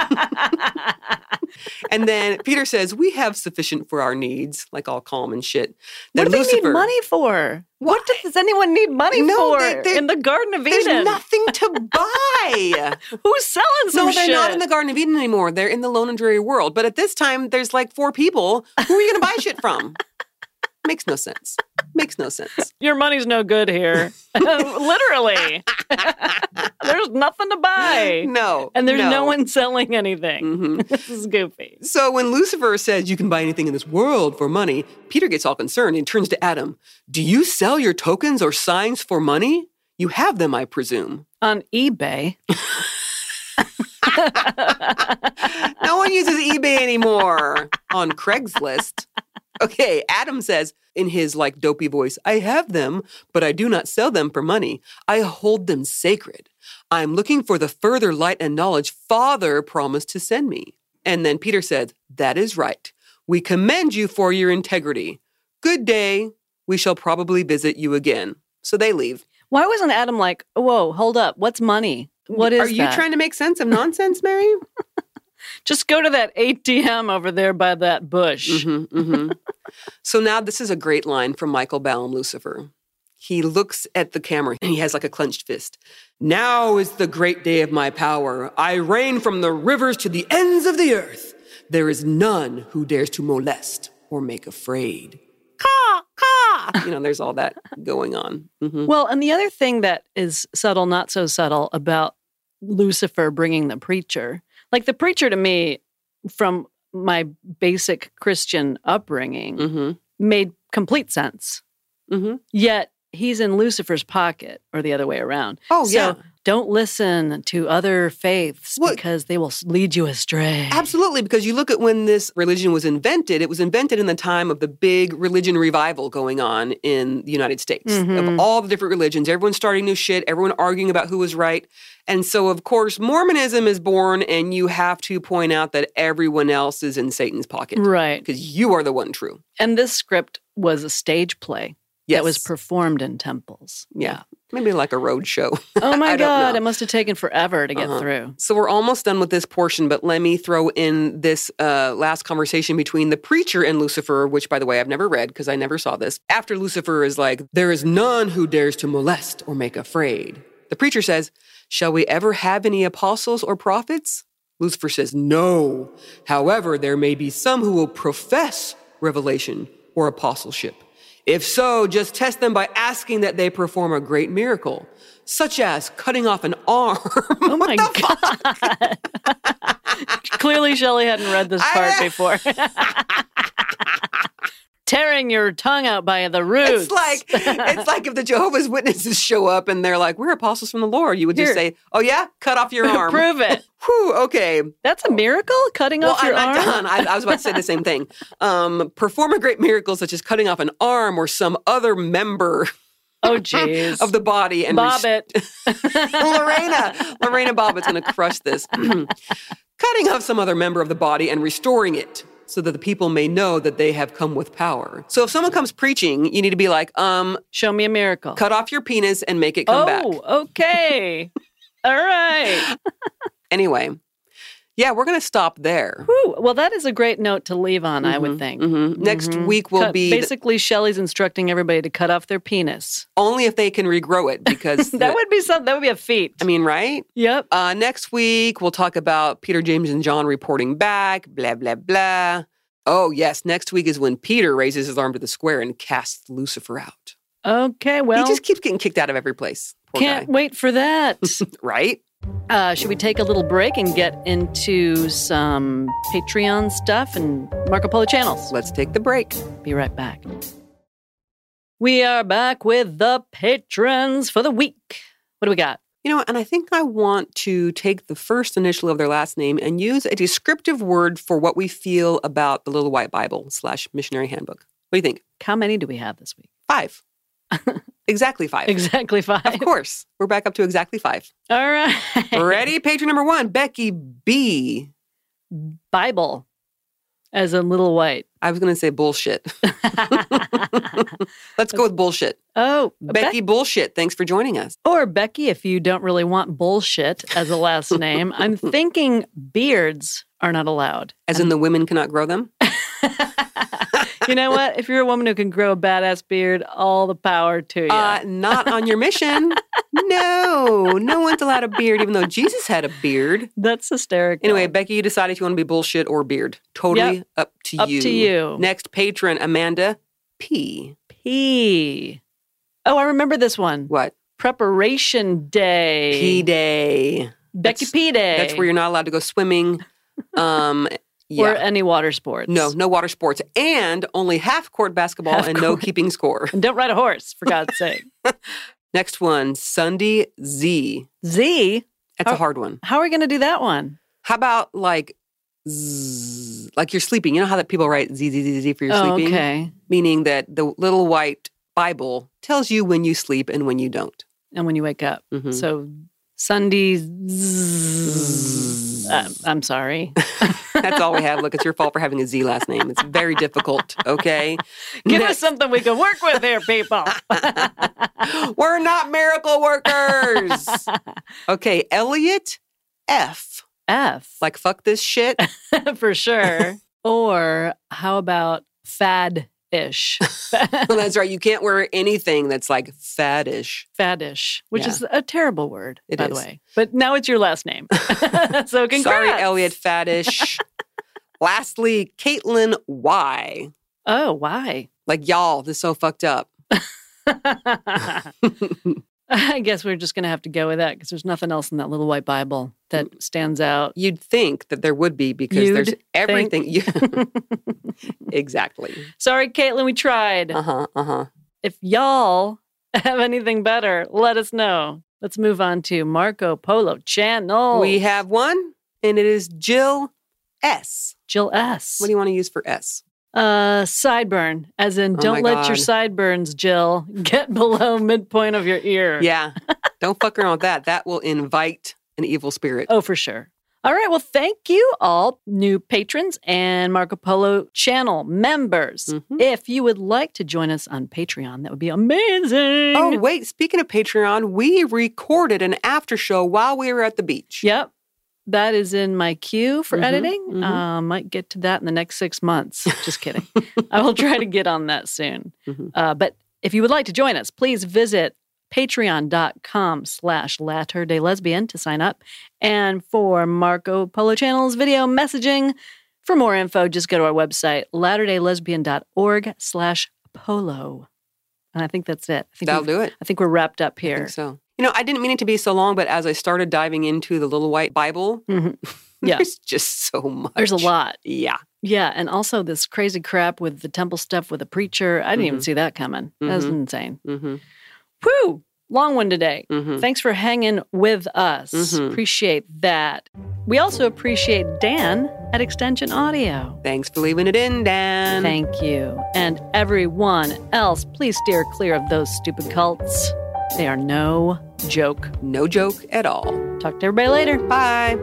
A: And then Peter says, We have sufficient for our needs, like all calm and shit.
B: what
A: Then
B: do they
A: Lucifer,
B: need money for? What does, does anyone need money
A: No,
B: for
A: they- they-
B: in the Garden of
A: There's
B: Eden?
A: nothing
B: [laughs]
A: to buy.
B: Who's selling some
A: No, they're
B: shit?
A: not in the Garden of Eden anymore. They're in the lone and dreary world. But at this time, there's like four people. Who are you going to buy shit
B: [laughs]
A: from? Makes no sense. Makes no sense.
B: Your money's no
A: [laughs]
B: good here. [laughs] Literally. there's nothing to buy.
A: No.
B: And there's no, one selling anything.
A: Mhm.
B: [laughs] This is goofy.
A: So when Lucifer says you can buy anything in this world for money, Peter gets all concerned and turns to Adam. Do you sell your tokens or signs for money? You have them, I presume.
B: On eBay.
A: No one uses eBay anymore on Craigslist. Okay, Adam says in his like dopey voice, I have them, but I do not sell them for money. I hold them sacred. I'm looking for the further light and knowledge Father promised to send me. And then Peter said, That is right. We commend you for your integrity. Good day. We shall probably visit you again. So they leave.
B: Why wasn't Adam like, whoa, hold up, what's money? What is
A: Are you
B: that?
A: trying to make sense of nonsense, Mary?
B: Just go to that ATM over there by that bush.
A: hmm hmm so now this is a great line from Michael Baum Lucifer. He looks at the camera and he has like a clenched fist. Now is the great day of my power. I reign from the rivers to the ends of the earth. There is none who dares to molest or make afraid. Caw, caw. You know, there's all that going on. hmm
B: Well, and the other thing that is subtle, not so subtle, about Lucifer bringing the preacher, like the preacher to me, from my basic Christian upbringing,
A: hmm
B: made complete sense.
A: hmm
B: Yet he's in Lucifer's pocket, or the other way around.
A: Oh,
B: so
A: yeah.
B: don't listen to other faiths
A: Well-
B: because they will s- lead you astray.
A: Absolutely, because you look at when this religion was invented, it was invented in the time of the big religion revival going on in the United States.
B: Mhm.
A: Of all the different religions, everyone starting new shit, everyone arguing about who was right. And so, of course, Mormonism is born, and you have to point out that everyone else is in Satan's pocket
B: Right.
A: because you are the one true.
B: And this script was a stage play
A: Yes.
B: that was performed in temples.
A: yeah. Maybe like a road show. [laughs]
B: Oh my
A: I don't
B: God,
A: know.
B: it must have taken forever to get
A: Uh-huh.
B: through.
A: So we're almost done with this portion, but let me throw in this uh, last conversation between the preacher and Lucifer, which, by the way, I've never read because I never saw this. After Lucifer is like, There is none who dares to molest or make afraid. The preacher says, Shall we ever have any apostles or prophets? Lucifer says, No. However, there may be some who will profess revelation or apostleship. If so, just test them by asking that they perform a great miracle, such as cutting off an arm. [laughs]
B: Oh my [laughs] God. Clearly, Shelley hadn't read this part
A: I-
B: before. [laughs] Tearing your tongue out by the roots.
A: It's like it's like if the Jehovah's Witnesses show up and they're like, "We're apostles from the Lord," you would just
B: Here.
A: say, "Oh yeah, cut off
B: [laughs]
A: your arm."
B: prove it.
A: Whew, okay.
B: That's a miracle, cutting
A: Well,
B: off
A: I'm
B: your
A: not
B: arm.
A: done. I, I was about to say the same thing. Um, perform a great miracle such as cutting off an arm or some other member
B: Oh, jeez.
A: of the body and
B: Bob it.
A: [laughs] Lorena. Lorena Bobbitt's going to crush this. [clears throat] Cutting off some other member of the body and restoring it so that the people may know that they have come with power. So if someone comes preaching, you need to be like, um,
B: Show me a miracle.
A: cut off your penis and make it come
B: oh,
A: back.
B: okay. All right.
A: Anyway, yeah, we're going to stop there.
B: Whew. Well, that is a great note to leave on, I would think.
A: Mhm. Next week will
B: Mm-hmm. Cut-
A: be the-
B: basically Shelley's instructing everybody to cut off their penis.
A: only if they can regrow it because
B: [laughs] That would be something. That would be a feat.
A: I mean, right?
B: yep.
A: Uh, next week, we'll talk about Peter, James, and John reporting back, blah, blah, blah. Oh, yes. Next week is when Peter raises his arm to the square and casts Lucifer out.
B: Okay. Well,
A: he just keeps getting kicked out of every place. Poor
B: can't
A: guy.
B: wait for that.
A: [laughs] Right?
B: uh, should we take a little break and get into some Patreon stuff and Marco Polo channels?
A: Let's take the break.
B: Be right back. We are back with the patrons for the week. What do we got?
A: You know, and I think I want to take the first initial of their last name and use a descriptive word for what we feel about the Little White Bible slash missionary handbook. What do you think?
B: How many do we have this week? [laughs]
A: Five. exactly five.
B: Exactly five. [laughs]
A: Of course. We're back up to exactly five.
B: All right.
A: Ready? Patron number one, Becky B.
B: Bible as in little white.
A: I was going to say bullshit. [laughs] Let's go with bullshit.
B: oh,
A: Becky Bullshit, thanks for joining us.
B: Or Becky, if you don't really want bullshit as
A: [laughs]
B: a last name, I'm thinking beards are not allowed.
A: As in the women cannot grow them?
B: You know what? If you're a woman who can grow a badass beard, all the power to you.
A: Uh, not on your mission. no, no one's allowed a beard, even though Jesus had a beard.
B: That's hysterical.
A: Anyway, Becky, you decide if you want to be bullshit or beard. Totally up to
B: Up
A: you.
B: to you.
A: Next patron, Amanda P.
B: P. Oh, I remember this one.
A: What?
B: Preparation Day.
A: P Day.
B: Becky
A: That's-
B: P Day.
A: That's where you're not allowed to go
B: [laughs]
A: swimming. Um, yeah.
B: Or any water sports.
A: No, no water sports, and only half court basketball
B: Half
A: and no keeping score.
B: And don't ride a horse,
A: [laughs]
B: for God's sake.
A: Next one, Sunday Z.
B: Z.
A: That's
B: Oh.
A: a hard one.
B: How are we going to do that one?
A: How about like Z, like you're sleeping? You know how that people write Z Z Z Z for your
B: Oh,
A: sleeping,
B: okay.
A: meaning that the little white Bible tells you when you sleep and when you don't. Hmm. Mm-hmm.
B: And when you wake up.
A: Mhm. [laughs]
B: So Sunday. zzz. Uh, I'm sorry.
A: That's all we have. Look, it's your fault for having a Z last name. It's very difficult, okay? [gasps]
B: Give us something we can work with
A: [laughs]
B: here, people. [laughs]
A: We're not miracle workers.
B: [laughs]
A: okay, Elliot F.
B: F
A: Like, fuck this
B: [laughs]
A: shit. [laughs]
B: for sure. Or how about fad ish?
A: that's right. You can't wear anything that's like faddish.
B: Faddish, which
A: Yeah.
B: is a terrible word,
A: It
B: by the
A: is.
B: way. But now it's your last
A: [laughs]
B: name. so congrats.
A: Sorry, Elliot
B: [laughs]
A: Faddish. Lastly, Caitlin Y. [laughs]
B: Oh, why? [laughs]
A: Like, y'all, this is so fucked up.
B: I guess we're just going to have to go with that because there's nothing else in that little white Bible that
A: Mm.
B: stands out.
A: You'd think that there would be because
B: You'd
A: there's everything.
B: [laughs]
A: Yeah. [laughs] exactly.
B: Sorry, Caitlin, we tried.
A: Uh huh. Uh huh.
B: If y'all [laughs] have anything better, let us know. Let's move on to Marco Polo Channel.
A: We have one, and it is Jill S.
B: Jill S.
A: What do you want to use for S?
B: Uh, sideburn, as in,
A: Oh
B: don't
A: my
B: let your
A: God.
B: sideburns, Jill, [laughs] get below midpoint of your ear. [laughs]
A: Yeah. Don't fuck around with that. That will invite an evil spirit.
B: Oh, for sure. All right. Well, thank you all, new patrons and Marco Polo channel members.
A: Mhm.
B: If you would like to join us on Patreon, that would be amazing.
A: Oh, wait. Speaking of Patreon, we recorded an after show while we were at the beach.
B: yep. That is in my queue for
A: Mhm,
B: editing.
A: mhm.
B: Uh, might get to that in the next six months. Just kidding. I will try to get on
A: [laughs]
B: that soon.
A: Mhm.
B: Uh, but if you would like to join us, please visit patreon.com slash latter day lesbian to sign up. And for Marco Polo Channel's video messaging, for more info, just go to our website, latterdaylesbian.org slash polo. And I think that's it. I think,
A: That'll
B: we've-
A: do it.
B: I think we're wrapped up
A: I
B: here.
A: think so. You know, I didn't mean it to be so long, but as I started diving into the little white Bible, [laughs]
B: Mhm. Yeah.
A: there's just so much.
B: There's a lot.
A: Yeah.
B: Yeah, and also this crazy crap with the temple stuff with the preacher. I didn't even
A: Mhm.
B: see that coming. That was
A: Mhm.
B: insane.
A: Mm-hmm.
B: Whew! Long one today.
A: Mm-hmm.
B: Thanks for hanging with us.
A: Mhm.
B: Appreciate that. We also appreciate Dan at Extension Audio.
A: Thanks for leaving it in, Dan.
B: Thank you. And everyone else, please steer clear of those stupid cults. They are no joke.
A: No joke at all.
B: Talk to everybody later.
A: Bye.